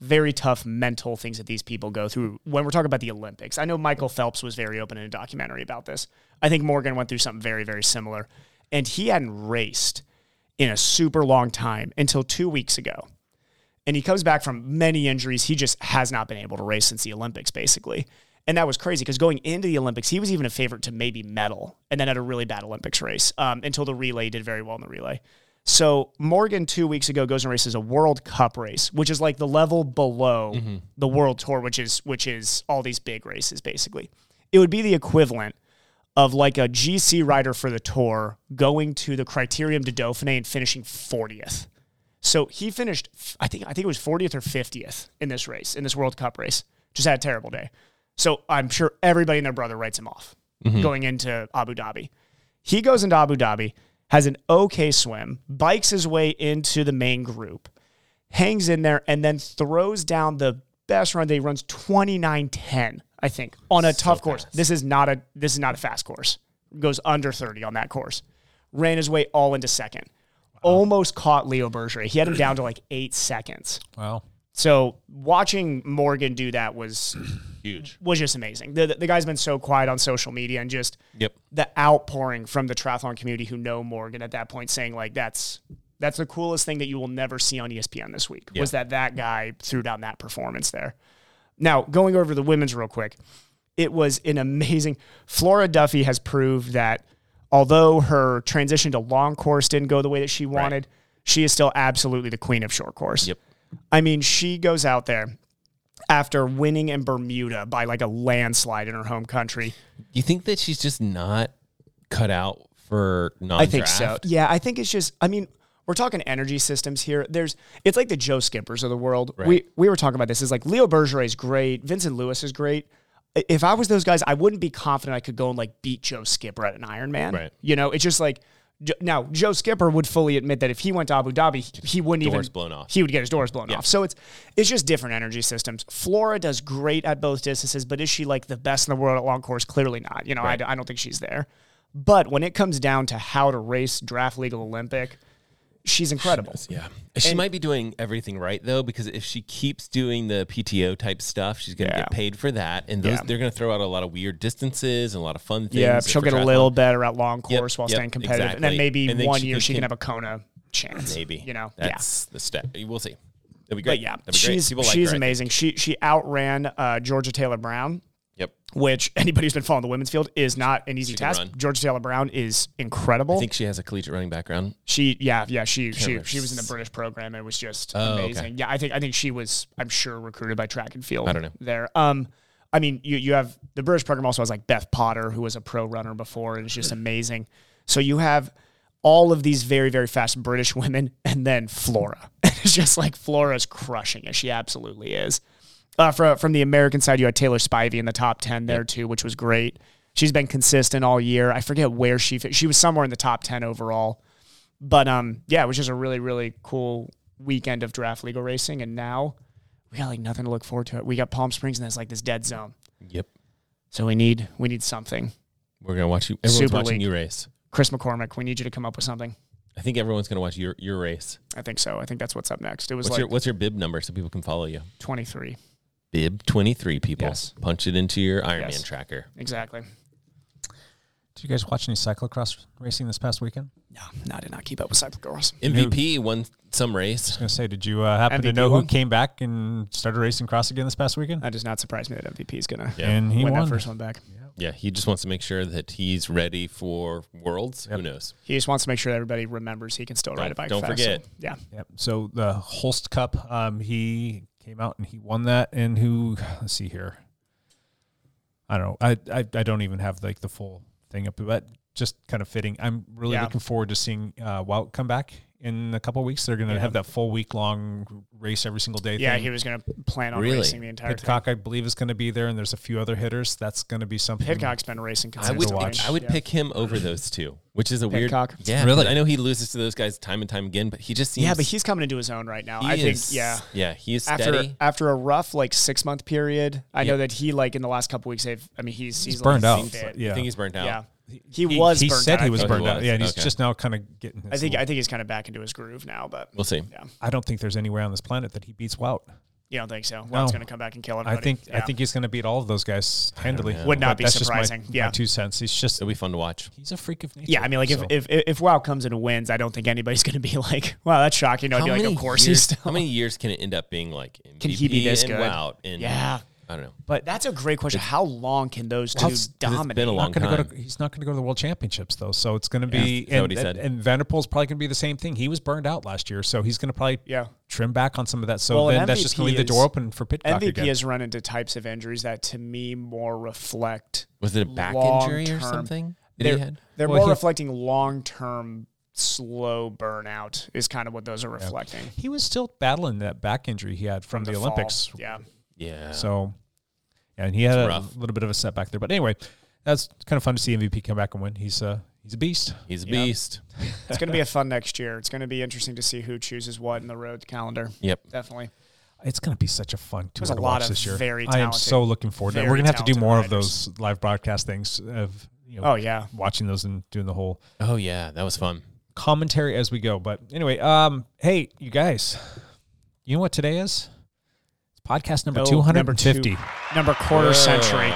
very tough mental things that these people go through when we're talking about the Olympics. I know Michael Phelps was very open in a documentary about this. I think Morgan went through something very, very similar. And he hadn't raced in a super long time until two weeks ago. And he comes back from many injuries. He just has not been able to race since the Olympics, basically. And that was crazy because going into the Olympics, he was even a favorite to maybe medal and then had a really bad Olympics race um, until the relay he did very well in the relay. So Morgan two weeks ago goes and races a World Cup race, which is like the level below the World Tour, which is which is all these big races basically. It would be the equivalent of like a GC rider for the tour going to the Criterium de Dauphiné and finishing 40th. So he finished, I think, I think it was 40th or 50th in this race, in this World Cup race. Just had a terrible day. So I'm sure everybody and their brother writes him off going into Abu Dhabi. He goes into Abu Dhabi, has an okay swim, bikes his way into the main group, hangs in there, and then throws down the best run. They runs 29.10, I think, on a tough course. This is not a this is not a fast course. Goes under 30 on that course. Ran his way all into second. Almost caught Leo Bergerie. He had him down to like eight seconds.
Wow.
So watching Morgan do that was
Huge.
was just amazing. The, the guy's been so quiet on social media and just
Yep.
the outpouring from the triathlon community who know Morgan at that point saying like that's that's the coolest thing that you will never see on E ESPN this week was that that guy threw down that performance there. Now going over to the women's real quick, it was an amazing. Flora Duffy has proved that although her transition to long course didn't go the way that she wanted, she is still absolutely the queen of short course.
Yep.
I mean, she goes out there after winning in Bermuda by like a landslide in her home country.
You think that she's just not cut out for non
I think so. Yeah, I think it's just. I mean, we're talking energy systems here. There's it's like the Joe Skippers of the world.
Right.
We we were talking about this. Is like Leo Bergeron is great. Vincent Lewis is great. I- If I was those guys, I wouldn't be confident I could go and like beat Joe Skipper at an Ironman.
Right.
You know, it's just like Jo- now Joe Skipper would fully admit that if he went to Abu Dhabi, he- he wouldn't
Doors
even
blown off.
he would get his doors blown off. So it's it's just different energy systems. Flora does great at both distances, but is she like the best in the world at long course? Clearly not. You know, I d- I, don't think she's there. But when it comes down to how to race draft legal Olympic, she's incredible.
Yeah. She might be doing everything right though, because if she keeps doing the PTO type stuff, she's gonna
Yeah.
get paid for that. And those
Yeah.
they're gonna throw out a lot of weird distances and a lot of fun things.
Yeah, she'll
for
get a
triathlon.
little better at long course while
yep,
staying competitive, and then
exactly.
maybe
And then
one
she
year
can-
she can
can-
have a Kona chance.
maybe.
you know, yeah.
That's the step. We'll see. That'd be great.
But yeah,
That'd be
she's
great. People like
she's
her, I think.
amazing. She she outran uh, Georgia Taylor Brown.
Yep.
which *laughs* anybody who's been following the women's field is not an easy
She can
task.
run.
Georgia Taylor Brown is incredible.
I think she has a collegiate running background.
she, yeah, yeah, she, she,
remember.
she was in the British program and was just
Oh, okay.
amazing. Yeah, I think, I think she was, I'm sure, recruited by track and field.
I don't know.
there. Um, I mean, you you have the British program also has like Beth Potter, who was a pro runner before, and is just amazing. So you have all of these very very fast British *laughs* women, and then Flora. *laughs* it's just like Flora's crushing it. She absolutely is. Uh, from from the American side, you had Taylor Spivey in the top ten there too, which was great. She's been consistent all year. I forget where she fit. she was somewhere in the top ten overall. But um, yeah, it was just a really, really cool weekend of draft legal racing. And now we got like nothing to look forward to. We got Palm Springs and that's like this dead zone.
Yep.
So we need we need something.
We're gonna watch you. Everyone's
Super
watching
League.
you race.
Chris McCormick, we need you to come up with something.
I think everyone's gonna watch your your race.
I think so. I think that's what's up next. It was
What's
like
your what's your bib number so people can follow you?
23.
Bib twenty three people.
Yes.
Punch it into your Ironman
Yes.
tracker.
Exactly.
Did you guys watch any cyclocross racing this past weekend? I
No, no, I did not keep up with Cyclocross.
MVP won some race.
was gonna say, did you uh, happen to
MVP
know
won?
who came back and started racing cross again this past weekend?
That does not surprise me that MVP is going to
Yeah.
And he
win
won.
that first one back.
Yeah, he just wants to make sure that he's ready for worlds. Who knows?
He just wants to make sure that everybody remembers he can still ride a bike
don't
fast.
forget.
Yeah.
Yep. So the Holst Cup, um, he came out and he won that. And who? Let's see here. I don't know. I I, I don't even have like the full thing up, but just kind of fitting. I'm really
Yeah.
looking forward to seeing uh, Wout come back in a couple of weeks. They're going to have that full week long race every single day.
Yeah,
thing.
he was going to plan on
Really?
racing the entire time.
Hitchcock, I believe, is going to be there, and there's a few other hitters. That's going to be something.
Hitchcock's been racing
I would
consistently.
watch.
I would
Yeah.
pick him over those two, which is a
Pitcock.
weird. Yeah, really. I know he loses to those guys time and time again, but he just seems.
Yeah, but he's coming into his own right now.
he
I think,
is-
yeah.
yeah, he is
After
steady.
after a rough like six month period, I know that he like in the last couple weeks they've. I mean, he's he's,
burned
like,
out.
been dead.
Yeah.
I think he's burnt out.
yeah. He, was.
He
burnt
said
out,
he
I
was
think.
think he
burned out.
was.
Yeah, and he's
Okay.
just now kind of getting. His
I think
little-
I think he's kind of back into his groove now, but
We'll see.
yeah,
I don't think there's anywhere on this planet that he beats Wout.
you don't think so? Wout's
No.
going to come back and kill
I
everybody.
think I
Yeah.
think he's going to beat all of those guys handily.
Would not
But
be
that's just my-
surprising.
my
Yeah.
two cents. He's just
It'll be fun to watch.
he's a freak of nature.
Yeah, I mean, like if,
So-
if if if Wow comes in and wins, I don't think anybody's *laughs* going to be like, "Wow, that's shocking." No, I'd be like, "Of course
years,
he's still."
How
*laughs*
many years can it end up being like? MVP
Can he be this
and
good?
Wout and
Yeah.
I don't know.
*laughs* But that's a great question. How long can those two
Well, it's- it's been a
dominate?
been a long
not gonna go
time.
to, he's not going to go to the world championships though, so it's going to be
Is that
and,
what he said?
and Vanderpool's probably going to be the same thing. He was burned out last year, so he's going to probably
Yeah.
trim back on some of that. So
Well, an
then that's just going to
MVP
leave the door
is-
open for Pitcock
MVP
again.
has run into types of injuries that, to me, more reflect
Was it a back injury
long-term-
or something? That he
They're,
had?
they're
Well,
more
he-
reflecting long term slow burnout is kind of what those are reflecting.
he was still battling that back injury he had from, the,
fall.
Olympics.
Yeah.
Yeah.
So, uh, yeah, and he had a
rough.
little bit of a setback there, but anyway, that's kind of fun to see MVP come back and win. He's a he's a beast.
He's a beast.
It's gonna be a fun next year. It's gonna be interesting to see who chooses what in the road calendar.
Yep.
Definitely.
It's going to be such a fun tour
There's a
to
lot
watch
of
this year.
very
I am
talented-
so looking forward to it.
very
We're going to have to do
talented
more
riders.
of those live broadcast things of you know,
Oh yeah.
watching those and doing the whole
Oh yeah, that was fun.
commentary as we go. But anyway, um, hey, you guys, you know what today is? It's podcast number
No,
two hundred
number
and
two.
fifty.
Number quarter century.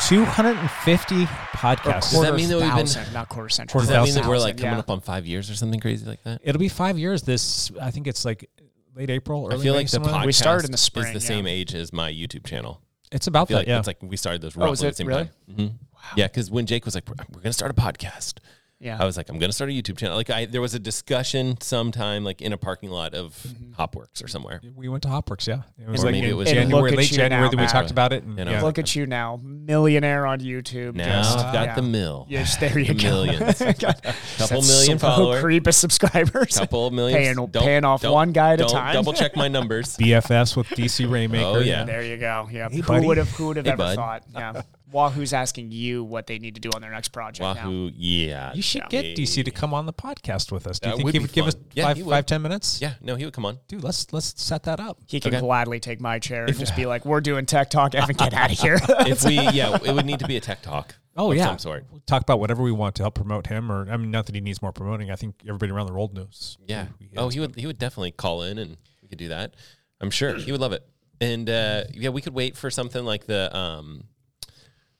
Two hundred and fifty
Or
podcasts.
that mean that we've been-
thousand, not quarter century.
Quarter
Does that mean that
Thousand,
we're like coming
yeah.
up on five years or something crazy like that?
It'll be five years. This I think it's like late April. Early
I feel
May,
like the
somewhere.
podcast
We started in the
is
spring,
the same
yeah.
age as my YouTube channel.
It's
I
about
feel
that.
like
yeah.
it's like we started those roughly
Oh, is
at
it
the same Mm-hmm.
really?
time. hmm Yeah, because when Jake was like, "We're, we're going to start a podcast,"
Yeah.
I was like, I'm gonna start a YouTube channel. Like I there was a discussion sometime like in a parking lot of
Mm-hmm.
Hopworks or somewhere.
We went to Hopworks, yeah. It was
Or
like
maybe
in
it was- And
January,
look at
late
you
January
now,
that we
Matt.
talked about it. And,
You know,
yeah.
Look at you now, millionaire on YouTube.
Now
just- uh,
I've got
yeah.
the mill.
Yes,
*laughs*
there you
The
go. *laughs*
millions.
Got-
Couple
That's so
million followers.
creep of subscribers.
Couple million.
Paying,
Don't-
paying off
don't-
one guy at a
don't
time.
Double check my numbers.
BFFs with DC Rainmaker.
*laughs* Oh,
*laughs*
yeah.
There you go. Yeah.
buddy.
who would have who would have
Hey,
ever
bud.
thought? Yeah. Wahoo's asking you what they need to do on their next project now.
Wahoo. Yeah.
You should
yeah.
get DC to come on the podcast with us. Do you
That
think
would
he
be
would give us
fun. Yeah,
five,
he would.
five, ten minutes?
Yeah. No, he would
*laughs*
come on.
Dude, let's let's set that up.
He can
Okay.
gladly take my chair and
*laughs*
just be like, "We're doing tech talk, Evan, get out of here."
If we, yeah, it would need to be a tech talk.
Oh
of
yeah,
some sort.
We'll talk about whatever we want to help promote him, or I mean, not that he needs more promoting. I think everybody around the world knows.
Yeah.
who he
Oh,
is.
he would. He would definitely call in, and we could do that. I'm sure he would love it. And uh, yeah, we could wait for something like the um,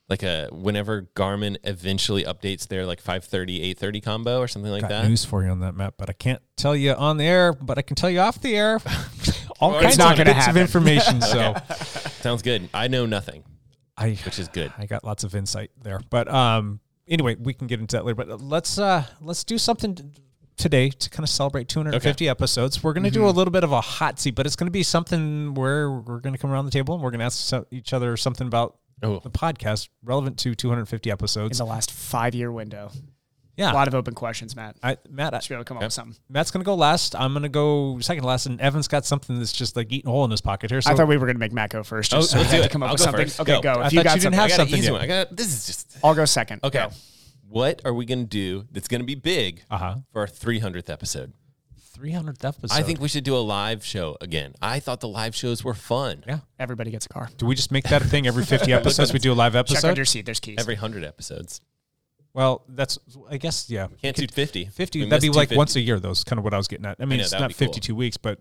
like a whenever Garmin eventually updates their like 5:30, 8:30 combo or something like
got
that.
news for you on that map, but I can't tell you on the air, but I can tell you off
*laughs*
the air. All
It's
kinds
not
of
gonna
bits
happen.
of
*laughs*
information. So
Sounds good. I know nothing,
I,
which is good.
I got lots of insight there. But um, anyway, we can get into that later. But let's uh, let's do something t- today to kind of celebrate 250 episodes. We're going to do a little bit of a hot seat, but it's going to be something where we're going to come around the table and we're going to ask so- each other something about
Oh.
the podcast relevant to 250 episodes.
*laughs* In the last five-year window,
yeah,
a lot of open questions, Matt.
I, Matt. I,
Should be able to come up with something.
Matt's gonna go last. I'm gonna go second last, and Evan's got something that's just like eating a hole in his pocket here. So
I thought we were going to make Matt go first. Just
Oh,
so we
let's do
had to
it.
come up
I'll
with
go
something.
first.
Okay,
Go.
go.
I
If you
thought
got
you didn't
something,
have
I got an
something
easy
yet.
one. I got this. Is just
I'll go second.
okay.
Go.
What are we gonna do that's gonna be big
Uh-huh.
for our 300th episode?
300th episode.
I think we should do a live show again. I thought the live shows were fun.
Yeah.
Everybody gets a car.
Do we just make that a thing
*laughs*
every 50 episodes? We do a live
Check under
episode.
your seat. There's keys.
Every 100 episodes.
Well, that's I guess yeah.
Can't do 50.
50.
We
that'd be
missed
like
250.
once a year. Though is kind of what I was getting at. I mean,
know,
it's
that'd
not
be cool.
52 weeks, but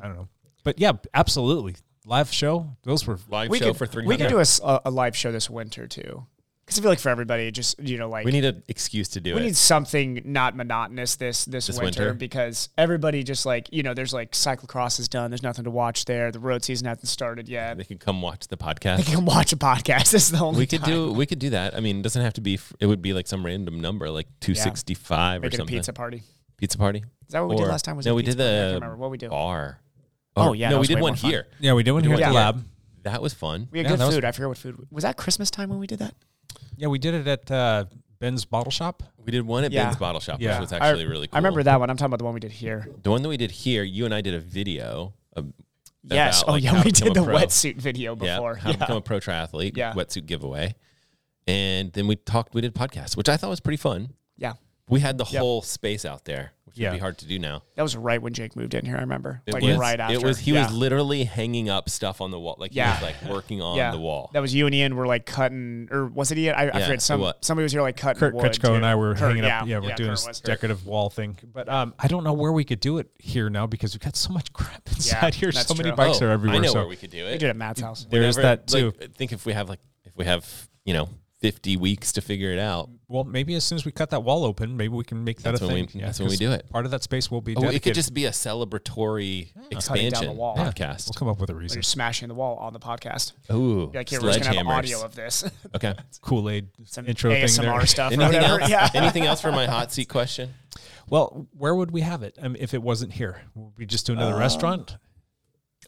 I don't know. But yeah, absolutely. Live show. Those were
live
we
show
could,
for 300.
we could do a, s- a- a live show this winter too, because I feel like for everybody, it just you know, like
We need an excuse to do
we
it.
need something not monotonous this this,
This
winter,
winter.
because everybody just like you know, there's like cyclocross is done. There's nothing to watch there. The road season hasn't started yet.
they can come watch the
They *laughs*
podcast.
can watch a podcast. This is the only
We could
time.
do we could do that. I mean, it doesn't have to be. f- It would be like some random number, like two sixty five or
Making a
something.
pizza party.
Pizza party. Is
that what we did last time? Was
no,
a
we
pizza
did
party? I can't
the
remember. What we do?
bar.
Oh,
Or-
yeah, that
no, we
was
did
way
one
more fun.
here.
yeah. We did one here at
Yeah.
the lab.
That was fun.
We had
Yeah,
good
that was-
food. I forget what food was that Christmas time when we did that.
Yeah, we did it at uh, Ben's Bottle Shop.
We did one at
Yeah.
Ben's Bottle Shop,
Yeah.
which was actually
I,
really cool.
I remember that one. I'm talking about the one we did here.
the one that we did here. You and I did a video. Of,
yes.
about,
Oh
like, how
yeah,
to
we
become
did
a
the
pro.
wetsuit video
Yeah,
before.
how to become a pro triathlete.
Yeah.
wetsuit giveaway, and then we talked. We did podcasts, which I thought was pretty fun.
Yeah.
We had the
Yep.
whole space out there, which
Yeah.
would be hard to do now.
That was right when Jake moved in here. I remember, like
was,
right after.
It was he
yeah.
was literally hanging up stuff on the wall, like
Yeah.
he was like working on
yeah.
the wall.
That was you and Ian were like cutting, or was it Ian? I, I
Yeah,
forget. Some
it was.
somebody was here like cutting
Kurt
wood.
Kretschko
too.
and I were
Kurt,
hanging
yeah,
up. Yeah, we're
yeah,
doing
Kurt
this
was.
decorative wall thing. But um, I don't know where we could do it here now because we've got so much crap inside here.
that's
So many
true.
bikes
Oh,
are everywhere.
I know
so
where we could do
We
it.
did it at Matt's house.
there's
Whenever-
that too.
Like, I think if we have like if we have you know fifty weeks to figure it out,
well, maybe as soon as we cut that wall open, maybe we can make that
That's
a
when we-
thing.
that's when we
'cause
do it.
Part of that space will be.
oh, it could
dedicated.
just be a celebratory
Cutting down
expansion
the wall.
Yeah,
podcast.
We'll come up with a
Like
reason.
you're smashing the wall on the podcast.
Ooh,
You're like here, we're just gonna have audio of this. *laughs*
okay.
Kool Aid
Some
intro thing
ASMR
there.
stuff. or
Anything
whatever. *laughs*
else?
Yeah.
Anything else for my hot seat question?
Well, where would we have it um, if it wasn't here? Would we just do
Um,
another restaurant?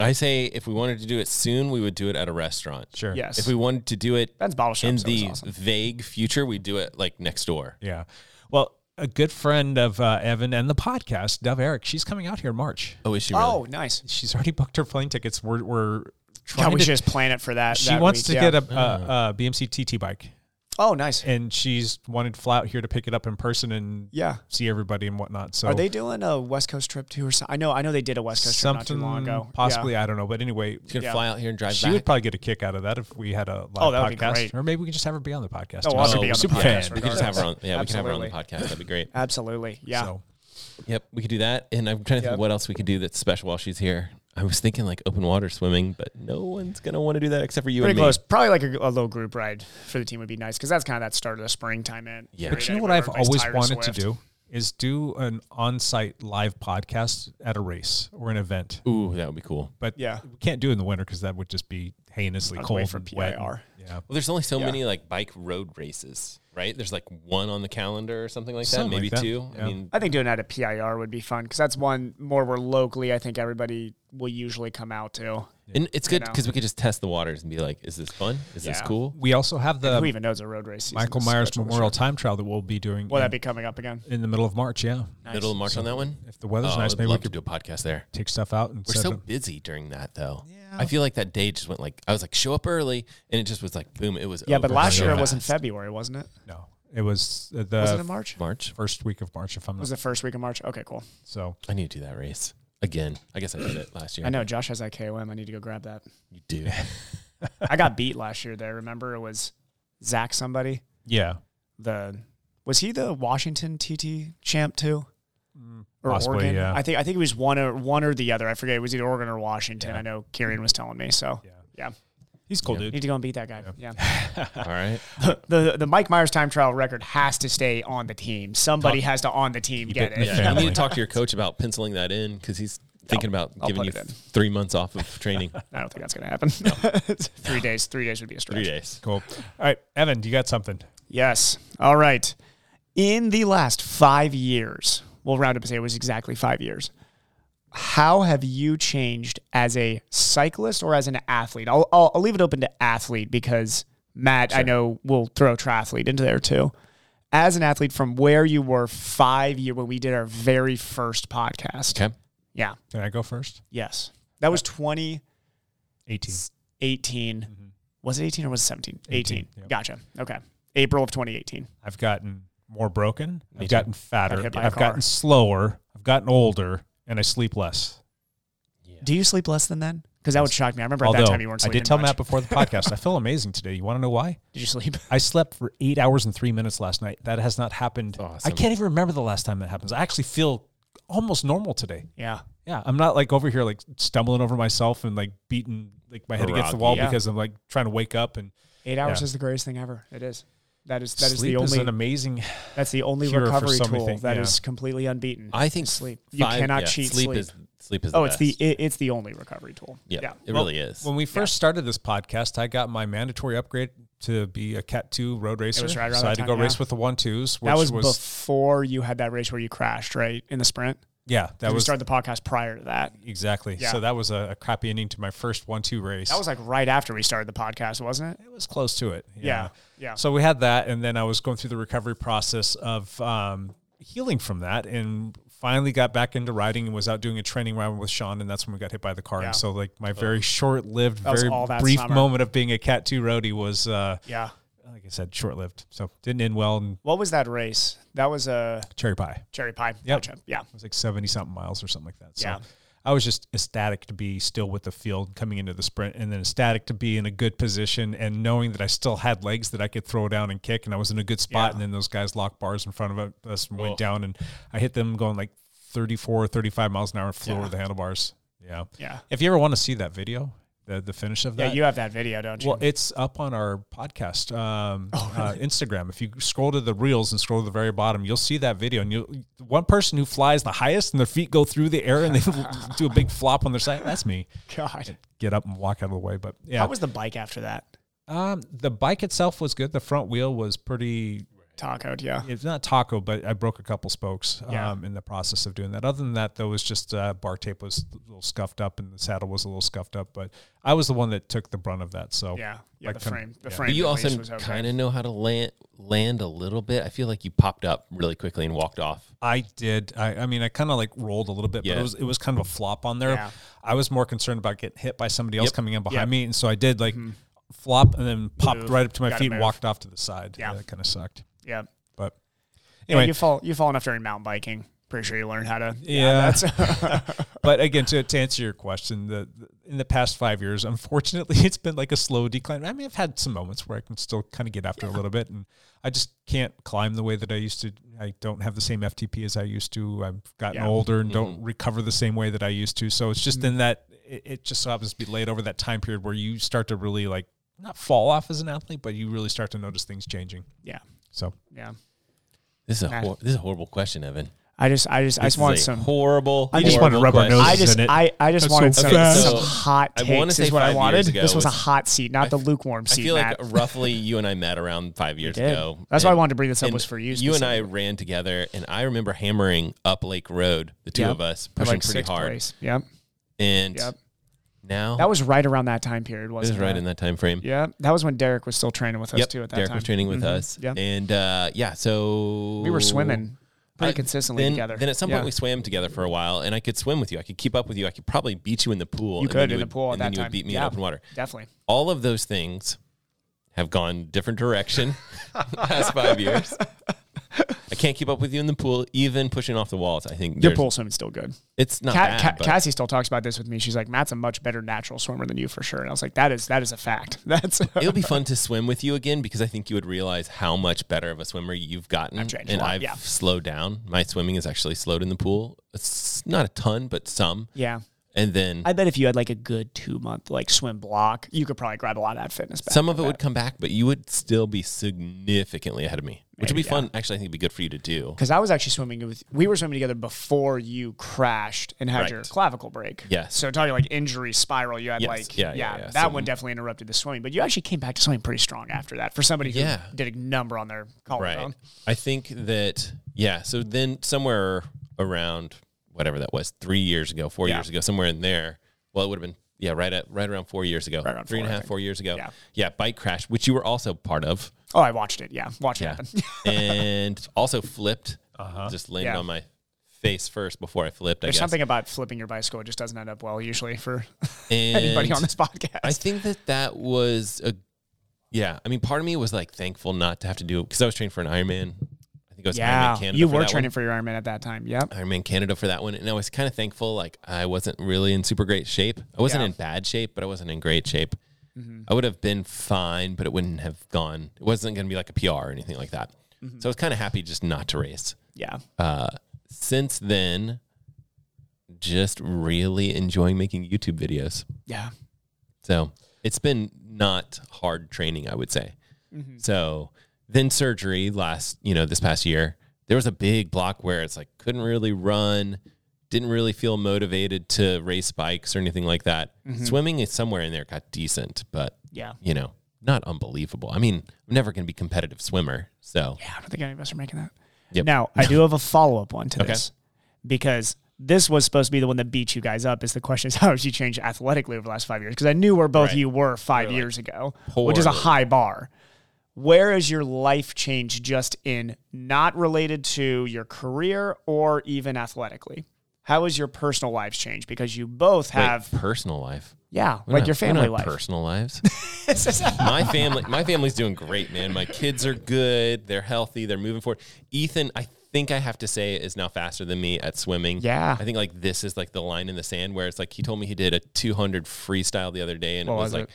I say if we wanted to do it soon, we would do it at a restaurant.
Sure.
Yes.
If we wanted to do it
Ben's bottle shop
in
sounds
the
awesome.
vague future, we do it like next door.
Yeah. Well, a good friend of uh, Evan and the podcast, Dove Eric, she's coming out here in March.
Oh, is she really?
Oh, nice.
She's already *laughs* booked her plane tickets. We're, we're trying
God, we
to
should just plan it for that.
she
that
wants
week,
to
yeah.
get a, a, a BMC TT bike,
Oh, nice.
and she's wanted to fly out here to pick it up in person and
Yeah.
see everybody and whatnot. So
Are they doing a West Coast trip too, or something? I know, I know they did a West Coast trip not
something
too long ago.
possibly?
Yeah.
I don't know, but anyway,
She's gonna
Yeah.
fly out here and drive
she
back.
would probably get a kick out of that if we had a live
Oh, that would be
podcast,
great.
or maybe we could just have her be on the podcast.
Oh, awesome.
Also,
be on the
super
podcast
fan.
We could just have her on. Yeah, we
Absolutely.
can have her on the podcast. That'd be great.
Absolutely. *laughs* Yeah.
So,
Yep, we could do that. And I'm trying to think
Yep.
what else we could do that's special while she's here. I was thinking like open water swimming, but no one's gonna want to do that except for you
Pretty
and me.
close. Probably like a, a little group ride for the team would be nice because that's kind of that start of the springtime in.
Yeah.
Every
But
but you
day
know what
where
I've
everybody's
always
tired of
wanted to
Swift.
do is do an on-site live podcast at a race or an event.
Ooh, that would be cool.
But
Yeah.
we can't do it in the winter because that would just be heinously
I'd
cold
wait for
and wet.
PIR.
Yeah.
Well, there's only so
Yeah.
many like bike road races. right? There's like one on the calendar or something like that,
Something
maybe
like that,
two.
yeah.
I mean,
I think doing that at PIR would be fun because that's one more where locally I think everybody will usually come out to.
and it's good
know.
because we could just test the waters and be like, is this fun? Is this
Yeah.
cool?
We also have the
Who even knows a road race? season
Um, Michael
is
Myers
scheduled this
Memorial Oh,
year.
Time Trial that we'll be doing
Will
in,
that be coming up again?
in the middle of March. Yeah,
Middle of March on that one.
if the weather's
Oh,
nice,
I would
maybe we
love
could
to do a podcast there.
take stuff out and
We're
set
so
it up.
busy during that though. I feel like that day just went like I was like show up early and it just was like boom. It was
Yeah, but
over
last
so
year it was in
fast.
February, wasn't it?
No, it was uh, the
Was it in March? It
March.
first week of March, if I'm
was
not
the first week of March. Okay, cool.
so.
I need to do that race again. I guess I did it last year.
I know Josh has IKOM. I need to go grab that.
you
*laughs*
do.
I got beat last year there. Remember, it was Zach somebody.
Yeah,
The was he the Washington TT champ too?
Mm.
Or
possibly,
Oregon?
yeah.
I think I think it was one or one or the other. I forget. It was either Oregon or Washington. I know Kieran was telling me. So yeah,
he's cool, dude.
need to go and beat that guy. yeah. *laughs*
All right.
the the Mike Myers time trial record has to stay on the team. Somebody has to on the team get
it in
it.
the
Yeah, you
Family.
need to talk to your coach about penciling that in because he's thinking about
I'll
giving
plug
you
it in.
three months off of training,
*laughs* I don't think that's gonna happen. three days. Three days would be a stretch.
three days.
Cool. All right, Evan, you got something?
Yes. All right. In the last five years, we'll round up and say it was exactly five years. How have you changed as a cyclist or as an athlete? I'll, I'll, I'll leave it open to athlete because Matt, I know, will throw triathlete into there too. As an athlete, from where you were five year when we did our very first podcast,
Okay.
yeah,
Can I go first?
Yes. That was 2018.
Eighteen.
Was it 18 or was it 17? 18.
18, yep.
Gotcha. Okay. April of 2018.
I've gotten more broken. I've gotten fatter.
Got hit by a
I've
car.
gotten slower. I've gotten older, and I sleep less.
Do you sleep less than then? Because that would shock me. I remember at that
Although
time you weren't
I
sleeping.
did tell
much.
Matt
*laughs*
before the podcast, I feel amazing today. You want to know why?
Did you sleep? *laughs*
I slept for eight hours and three minutes last night. That has not happened.
awesome.
I can't even remember the last time that happens. I actually feel almost normal today.
Yeah.
Yeah, I'm not like over here like stumbling over myself and like beating like my head against the wall
Groggy. Yeah.
because I'm like trying to wake up and
Eight hours
Yeah.
is the greatest thing ever. It is. That is that is
sleep
the only
is an amazing.
that's the only
cure for
recovery
so many
tool that is
things, yeah.
completely unbeaten.
I think
sleep.
f-
you
five-
cannot
yeah,
cheat sleep.
Sleep is sleep is. The
oh, it's the
best.
it, it's the only recovery tool.
yeah,
Yeah.
It really is.
When we first started this podcast, I got my mandatory upgrade to be a Cat Two road racer.
was right around
so I had
that
to go
time,
race
yeah.
with the one twos. Which
That was, before you had that race where you crashed, right? In the sprint.
yeah, that
we
was
started the podcast prior to that.
exactly.
Yeah.
So that was a, a crappy ending to my first one two race.
That was like right after we started the podcast, wasn't it?
it was close to it.
Yeah. Yeah.
So we had that, and then I was going through the recovery process of um, healing from that, and finally got back into riding and was out doing a training round with Sean, and that's when we got hit by the car.
Yeah.
And so like my very short-lived,
was
very
all that
brief
summer.
moment of being a Cat Two roadie was, uh,
Yeah.
like I said, short-lived. So didn't end well. And
What was that race? That was a
cherry pie.
cherry pie.
Yep.
Gotcha. Yeah.
It was like seventy something miles or something like that. So
Yeah.
I was just ecstatic to be still with the field coming into the sprint, and then ecstatic to be in a good position and knowing that I still had legs that I could throw down and kick, and I was in a good spot.
Yeah.
And then those guys locked bars in front of us and went down, and I hit them going like 34 or 35 miles an hour and flew over the handlebars. Yeah.
Yeah.
If you ever want to see that video, the, the finish of that,
yeah. You have that video, don't you?
well, it's up on our podcast um,
Oh,
uh, Instagram. If you scroll to the reels and scroll to the very bottom, you'll see that video. And you, one person who flies the highest and their feet go through the air and they *laughs* do a big flop on their side. That's me.
*laughs* God.
Get up and walk out of the way. But yeah,
How was the bike after that?
um, the bike itself was good. The front wheel was pretty.
Tacoed, yeah.
It's not taco, but I broke a couple spokes um,
Yeah.
in the process of doing that. Other than that, though, it was just uh, bar tape was a little scuffed up and the saddle was a little scuffed up. But I was the one that took the brunt of that. So
Yeah. Yeah.
like
the
kinda-
frame. The
yeah.
frame.
but you
at
also
least was okay.
kind of know how to land land a little bit. I feel like you popped up really quickly and walked off.
I did. I, I mean, I kind of like rolled a little bit, but
Yeah.
it was it was kind of a flop on there.
Yeah.
I was more concerned about getting hit by somebody else coming in behind
Yep. Mm-hmm.
me, and so I did like flop and then popped
Move.
right up to my
Gotta
feet and
move.
walked off to the side.
Yeah.
that kind of sucked.
Yeah.
But
Anyway,
anyway,
you fall you fall enough during mountain biking. Pretty sure you learn how to.
Yeah.
that's,
*laughs* but again, to, to answer your question, the, the- in the past five years, unfortunately, *laughs* it's been like a slow decline. I mean, I've had some moments where I can still kind of get after a little bit, and I just can't climb the way that I used to. I don't have the same FTP as I used to. I've gotten
Yeah. Mm-hmm.
older and don't recover the same way that I used to. So it's just in that it, it just so happens to be laid over that time period where you start to really like not fall off as an athlete, but you really start to notice things changing.
yeah.
So
Yeah.
This is a
Nah.
hor- this is a horrible question, Evan.
I just, I just, I
This
just wanted
is a
some.
Horrible.
I just
wanted to
horrible
rub our
question.
noses
I just,
in it.
I, I just
That's
wanted
so
some,
fast.
some
So,
hot
I wanna
takes.
say
Is what I
five
wanted.
years ago
This was a
was-
hot seat, not the lukewarm
I
seat,
feel
Matt.
like roughly you and I met around five years
did.
ago.
That's why I
And-
wanted to bring this up
and
was for you
You and I ran together, and I remember hammering up Lake Road, the two
Yep.
of us
For,
pushing
like
pretty
sixth
hard.
place. Yep,
And
yep.
now
That was right around that time period,
it was
wasn't it?
right in that time frame.
Yeah, that was when Derek was still training with us
Yep,
too. At that
Derek
time,
was training with
Mhm.
us,
Yep.
and uh, yeah, so
we were swimming pretty
I-
consistently
then,
together.
Then at some point
Yeah.
we swam together for a while, and I could swim with you. I could keep up with you. I could probably beat you in the
You
pool. and then
could in the
would-
pool at
and then
that
you would
time.
beat me in
Yeah.
open water.
definitely.
All of those things have gone different direction *laughs* last five years. I can't keep up with you in the pool, even pushing off the walls. I think
Your
there's-
pool swimming's still good.
It's not
Ca-
bad.
Ca-
but
Cassie still talks about this with me. She's like, Matt's a much better natural swimmer than you for sure. And I was like, that is that is a fact. *laughs* That's
it'll be fun to swim with you again because I think you would realize how much better of a swimmer you've gotten.
I've changed a
and
lot,
I've
yeah.
slowed down. My swimming is actually slowed in the pool. It's not a ton, but some.
yeah.
And then
I bet if you had like a good two month like swim block, you could probably grab a lot of that fitness back.
some of it would come back, but you would still be significantly ahead of me, which would be fun. Actually, I think it'd be good for you to do.
because I was actually swimming with we were swimming together before you crashed and had
Right.
your clavicle break.
Yes.
So talking like injury spiral, you had
Yes.
like yeah,
Yeah, yeah, yeah.
that
So-
one definitely interrupted the swimming, but you actually came back to swimming pretty strong after that for somebody who
Yeah.
did a number on their
Right.
collarbone.
I think that, yeah. So then somewhere around whatever that was, three years ago, four
Yeah.
years ago, somewhere in there. Well, it would have been, yeah, right at right around four years ago,
around
three and
four,
a
I
half,
think.
four years ago.
Yeah.
yeah, bike crash, which you were also part of.
*laughs* Oh, I watched it. Yeah, watched it
Yeah.
happen. *laughs*
and also flipped. Just landed
Uh-huh. Yeah.
on my face first before I flipped, I
There's
guess.
something about flipping your bicycle; it just doesn't end up well usually for *laughs*
and
anybody on this podcast.
I think that that was a, yeah. I mean, part of me was like thankful not to have to do it because I was training for an Ironman. I think it was
yeah,
Ironman Canada.
you
for
were
that
training
one.
for your Ironman at that time. Yep.
Ironman Canada for that one. And I was kind of thankful. Like, I wasn't really in super great shape. I wasn't
Yeah. Mm-hmm.
in bad shape, but I wasn't in great shape. I would have been fine, but it wouldn't have gone. It wasn't going to be like a PR or anything like that.
Mm-hmm.
So I was kind of happy just not to race.
Yeah.
uh, since then, just really enjoying making YouTube videos.
Yeah.
So it's been not hard training, I would say.
Mm-hmm.
So then surgery last, you know, this past year, there was a big block where it's like couldn't really run, didn't really feel motivated to race bikes or anything like that. Swimming is somewhere in there got decent, but
Mm-hmm. Yeah.
you know, not unbelievable. I mean, I'm never going to be a competitive swimmer, so
Yeah, I don't think any of us are making that.
Yep.
Now, I do have a follow up one to
*laughs* Okay.
this because this was supposed to be the one that beat you guys up. Is the question is *laughs* how have you changed athletically over the last five years? Because I knew where both
Right.
you were five years ago, which is a
poorly.
high bar. Where has your life changed just in not related to your career or even athletically? How has your personal lives changed? Because you both
Wait,
have,
personal life.
yeah,
We
like your
don't have- we don't
family
have
life.
personal lives.
*laughs*
my family, my family's doing great, man. My kids are good. They're healthy. They're moving forward. Ethan, I think I have to say, is now faster than me at swimming.
Yeah.
I think like this is like the line in the sand where it's like he told me he did a 200 freestyle the other day, and
What
it was,
was
like
it?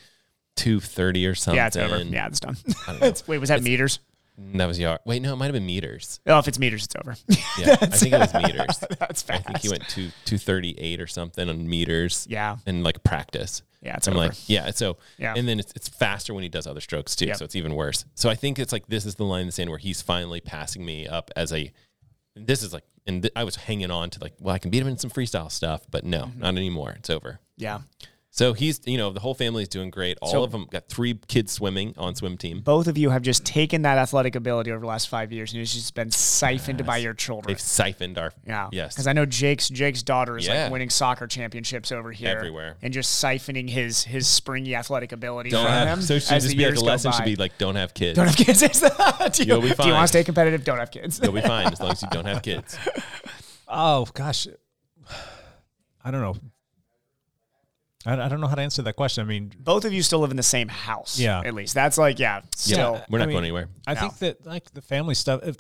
230 or something.
yeah, it's over. Yeah, *laughs* it's done.
I don't know.
Wait, was that meters?
And that was yard. Wait, no, it might have been meters.
Oh, if it's meters, it's over. *laughs*
Yeah, I think it was meters.
That's
I
fast.
think he went to 238 or something on meters.
Yeah.
And like practice.
Yeah, it's
I'm
over.
like, yeah. So,
Yeah.
and then it's, it's faster when he does other strokes too.
Yep.
So it's even worse. So I think it's like, this is the line in the sand where he's finally passing me up as a, this is like, and th- I was hanging on to like, well, I can beat him in some freestyle stuff, but no,
Mm-hmm.
not anymore. It's over.
Yeah.
So he's, you know, the whole family's doing great. All of them got three kids swimming on swim team.
both of you have just taken that athletic ability over the last five years and it's just been siphoned by your children.
They've siphoned our,
yeah.
yes.
Because I know Jake's Jake's daughter is
Yeah.
like winning soccer championships over here.
Everywhere.
And just siphoning his his springy athletic ability
don't
from
have,
him.
so it should
as
just
the
be like
years
a
go
lesson should
by.
be like, don't have kids.
Don't have kids. *laughs* It's the- do, you,
You'll be
do you want
fine.
to stay competitive? Don't have kids.
You'll be fine as long as you don't have kids.
Oh gosh, *sighs* I don't know. I, I don't know how to answer that question. I mean,
*laughs* Both of you still live in the same house.
Yeah.
At least. That's like, yeah, still.
Yeah, we're not
I mean-
going anywhere.
I
No.
think that like the family stuff, if,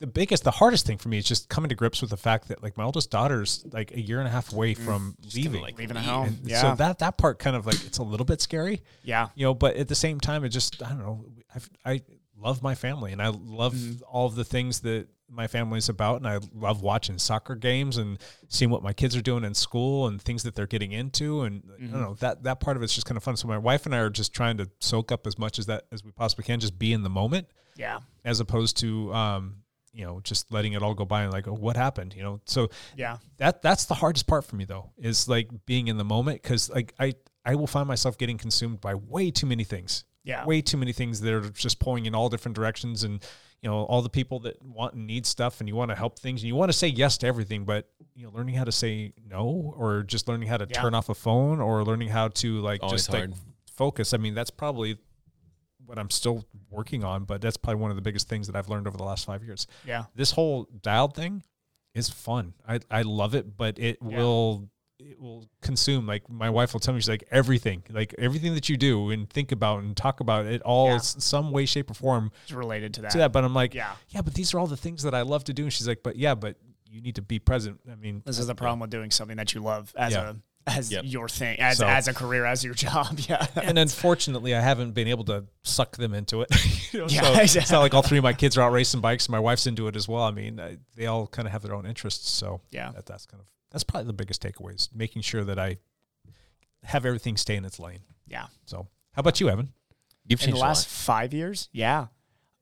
the biggest, the hardest thing for me is just coming to grips with the fact that like my oldest daughter's like a year and a half away
Mm.
from leaving.
like,
Leaving the home.
And
yeah.
So that that part kind of like it's a little bit scary,
yeah.
you know. But at the same time, it just I don't know. I've, I love my family and I love all of the things that my family's about, and I love watching soccer games and seeing what my kids are doing in school and things that they're getting into. And I don't know that that part of it's just kind of fun. So my wife and I are just trying to soak up as much as that as we possibly can, just be in the moment
Yeah.
as opposed to um, you know, just letting it all go by and like, oh, what happened? You know, so
Yeah.
that that's the hardest part for me though is like being in the moment because like I I will find myself getting consumed by way too many things.
Yeah.
way too many things that are just pouring in all different directions and you know all the people that want and need stuff and you want to help things and you want to say yes to everything but you know learning how to say no or just learning how to
Yeah.
turn off a phone or learning how to like
Always
just like
hard.
focus i mean that's probably what i'm still working on but that's probably one of the biggest things that i've learned over the last five years
Yeah.
this whole dial thing is fun. I, I love it, but it will it will consume. Like my wife will tell me, she's like everything, like everything that you do and think about and talk about it all
Yeah.
is some way, shape, or form
It's related to that.
to that. But I'm like,
Yeah.
yeah, but these are all the things that I love to do. And she's like, but yeah, but you need to be present. I mean,
This is the problem with doing something that you love as
Yeah.
a as
Yep.
your thing, as
So-
as a career, as your *laughs* job. Yeah.
and unfortunately, I haven't been able to suck them into it. *laughs* You know,
Yeah,
so
*laughs*
It's
exactly.
not like all three of my kids are out racing bikes. My wife's into it as well. I mean, I, they all kind of have their own interests. So
Yeah.
that, that's kind of that's probably the biggest takeaway is making sure that I have everything stay in its lane.
yeah.
So how about you, Evan?
You've
In the
changed
last
a
five years, yeah.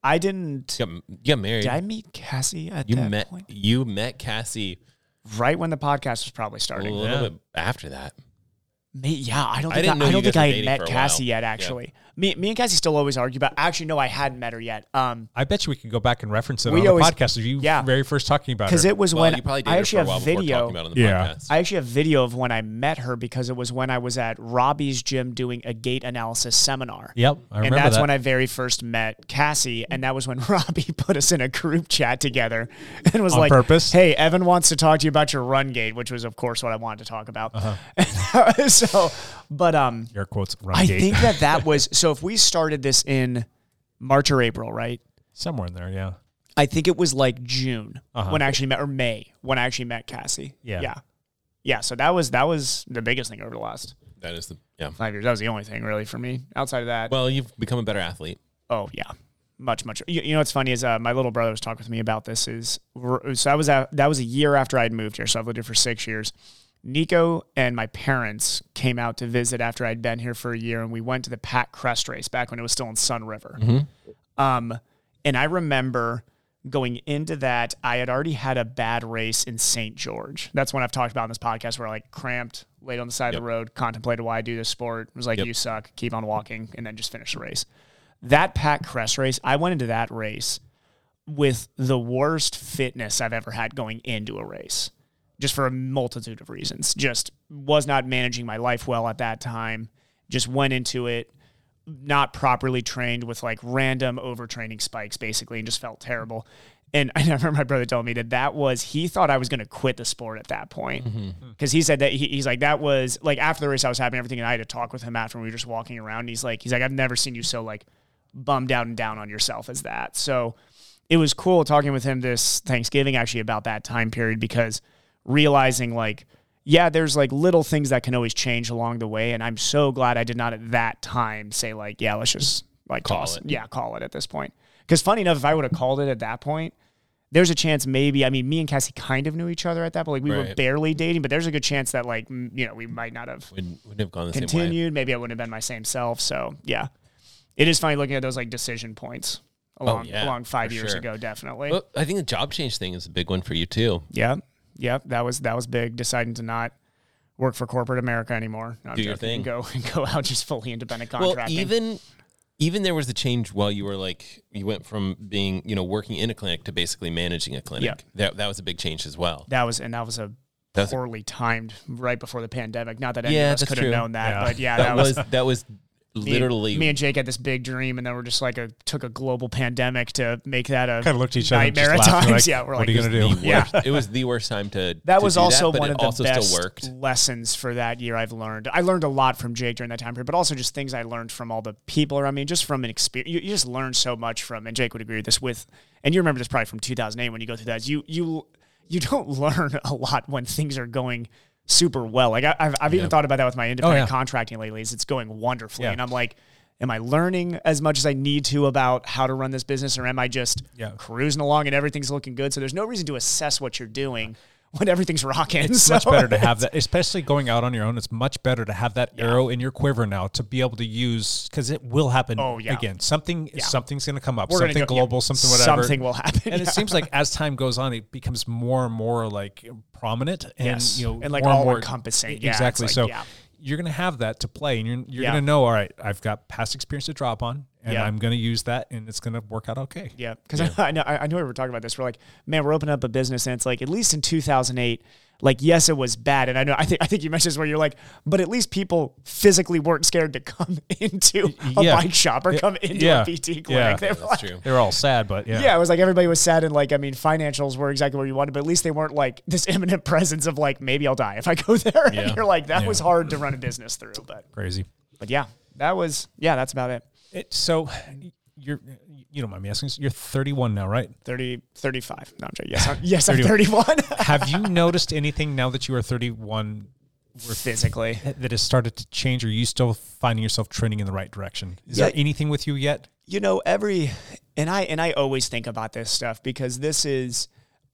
I didn't.
lot. You got, you got married.
Did I meet Cassie at
you
that
met
point?
you met Cassie
Right when the podcast was probably
a
starting.
little
Yeah.
bit after that.
Me, yeah, I don't think
I
I,
didn't know
I
you
don't
guys
think
were
I had
dating for
met
a while.
Cassie yet.
Yeah.
Actually, me, me and Cassie still always argue about. Actually, no, I hadn't met her yet. Um,
I bet you we could go back and reference it
We
on
always-
the podcast. Are you
yeah.
very first talking about
because
her?
it was
well,
when
you probably dated
I
her for
actually
a while
have
before talking
video.
about it on the
Yeah.
podcast.
I actually have video of when I met her because it was when I was at Robbie's gym doing a gait analysis seminar.
Yep, I
and
remember
that's
that.
when I very first met Cassie, and that was when *laughs* Robbie put us in a group chat together *laughs* and was
On
like,
purpose?
"Hey, Evan wants to talk to you about your run gait," which was, of course, what I wanted to talk about. *laughs* so, but um,
air quotes Uh-huh. run
I
gate.
think that that was so. If we started this in March or April, right?
*laughs* somewhere in there. Yeah,
I think it was like June
Uh-huh.
when I actually met, or May when I actually met Cassie.
Yeah.
yeah, yeah. So that was that was the biggest thing over the last
that is the yeah.
five years. That was the only thing really for me. Outside of that,
Well, you've become a better athlete.
oh yeah, much much. You, you know what's funny is uh, my little brother was talking with me about this. Is we're- so I was at, that was a year after I'd moved here, so I've lived here for six years. Nico and my parents came out to visit after I'd been here for a year, and we went to the Pat Crest race back when it was still in Sun River. Um, and I remember going into that, I had already had a bad race in St. George. That's one I've talked about in this podcast where I like cramped, laid on the side of the road, contemplated why I do this sport, was like,
Yep.
you suck, keep on walking, and then just finish the race. That Pat Crest race, I went into that race with the worst fitness I've ever had going into a race, just for a multitude of reasons. Just was not managing my life well at that time. Just went into it not properly trained with like random overtraining spikes, basically, and just felt terrible. And *laughs* I remember my brother telling me that that was he thought I was going to quit the sport at that point
Mm.
because he said that he, he's like that was like after the race I was having everything and I had to talk with him after we were just walking around. And he's like he's like I've never seen you so like bummed out and down on yourself as that. So it was cool talking with him this Thanksgiving actually about that time period because realizing like yeah there's like little things that can always change along the way and I'm so glad I did not at that time say like yeah let's just like
Call
toss
it.
yeah call it at this point because funny enough if I would have called it at that point there's a chance maybe I mean me and Cassie kind of knew each other at that but like we were
Right.
barely dating but there's a good chance that like m- you know we might not have
Wouldn't, wouldn't have gone the same way.
continued maybe I wouldn't have been my same self so yeah it is funny looking at those like decision points along
Oh, yeah,
along 5
for
years
sure.
ago definitely
Well, I think the job change thing is a big one for you too.
Yep. Yep. That was that was big. Deciding to not work for corporate America anymore. No, I'm
Do your
joking.
thing.
Go and *laughs* go out just fully independent
Well,
contracting.
even even there was the change while you were like you went from being you know working in a clinic to basically managing a clinic.
Yep.
That that was a big change as well.
that was and that was a
That's-
poorly timed right before the pandemic. Not that any
Yeah,
of us
that's
could have
true.
known that,
Yeah.
but yeah, that,
that, was, that was
me-
literally
me, and Jake had this big dream, and then we're just like a took a global pandemic to make that a
kind of looked at each other, and
nightmare
just
at times.
laughed. We're like,
yeah, we're
what
like
are you
the
gonna do?
Yeah.
worst- it was the worst time to
That
to
was
do
also
but
one
it
of the
also
best
still worked.
lessons for that year I've learned. I learned a lot from Jake during that time period, but also just things I learned from all the people around me, just from an experience. You, you just learn so much from, and Jake would agree with this. With and you remember this probably from 2008 when you go through that. is You you you don't *laughs* learn a lot when things are going super well. Like I, I've I've even thought about that with my
Oh,
independent
yeah.
contracting lately. Is it's going wonderfully,
Yeah.
and I'm like. Am I learning as much as I need to about how to run this business, or am I just
Yeah.
cruising along and everything's looking good? So there's no reason to assess what you're doing *laughs* when everything's rocking. *laughs*
It's
so
much better to have that, especially going out on your own. It's much better to have that arrow in your quiver now to be able to use because it will happen
Oh, yeah.
again. Something
Yeah.
something's going to come up.
We're gonna
something
go- yeah.
global, something whatever.
Something will happen,
And it
yeah. *laughs*
seems like as time goes on, it becomes more and more like prominent and
Yes.
you know
And, like,
more more
all-encompassing. Yeah, it's
exactly.
like,
so
yeah.
you're going to have that to play, and you're you're
Yeah.
going to know. All right, I've got past experience to drop on, and
Yeah.
I'm going to use that, and it's going to work out okay.
Yeah, because I, know I I know we were talking about this. We're like, man, we're opening up a business, and it's like at least in 2008, like yes, it was bad, and I know I think I think you mentioned this where you're like, but at least people physically weren't scared to come *laughs* into a
Yeah.
bike shop or
Yeah.
come into
Yeah.
a PT clinic.
Yeah.
*laughs* They
Yeah,
were
That's
like-
true.
They're all sad, but yeah,
Yeah, it was like everybody was sad and like I mean financials were exactly where you wanted, but at least they weren't like this *laughs* imminent presence of like maybe I'll die if I go *laughs* there. And
Yeah.
you're like that
Yeah.
was hard to run a business through, but
crazy.
but yeah, that was yeah, that's about it.
It, so you're you don't mind me asking. this, You're 31 now, right?
30, 35. No, I'm joking. Yes, I'm, yes, I'm
31.
31.
*laughs*
*laughs*
Have you noticed anything now that you are 31
*laughs* Physically,
that has started to change? Or are you still finding yourself trending in the right direction? Is there
Yeah.
anything with you yet?
you know every and i and i always think about this stuff because this is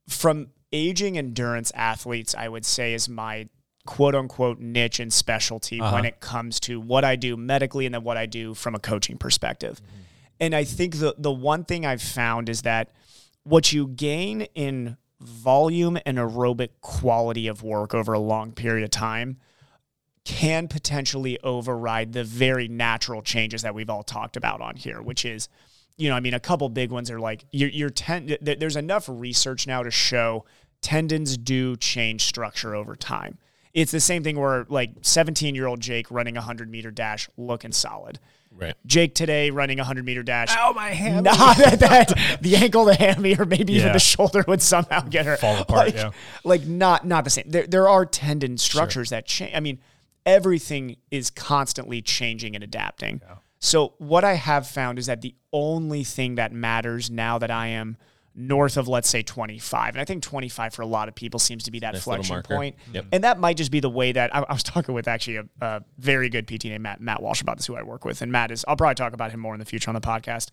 from aging endurance athletes i would say is my quote unquote niche and specialty when it comes to what i do medically and then what i do from a coaching perspective and i think the the one thing i've found is that what you gain in volume and aerobic quality of work over a long period of time can potentially override the very natural changes that we've all talked about on here, which is, you know, I mean, a couple big ones are like your your ten. th- th- There's enough research now to show tendons do change structure over time. It's the same thing where like 17 year old Jake running a 100 meter dash looking solid.
Right.
Jake today running a 100 meter dash.
Ow, my hammy.
Not *laughs* that, that the ankle, the hammy, or maybe even
Yeah.
the shoulder would somehow get her
Fall apart,
Like,
yeah.
like not not the same. There there are tendon structures that change. I mean, everything is constantly changing and adapting. So what I have found is that the only thing that matters now that I am north of let's say 25 and i think 25 for a lot of people seems to be that
Nice little
flexion
marker.
point.
Yep.
and that might just be the way that I, I was *laughs* talking with actually a, a very good pt named matt, matt walsh about this who i work with and matt is i'll probably talk about him more in the future on the podcast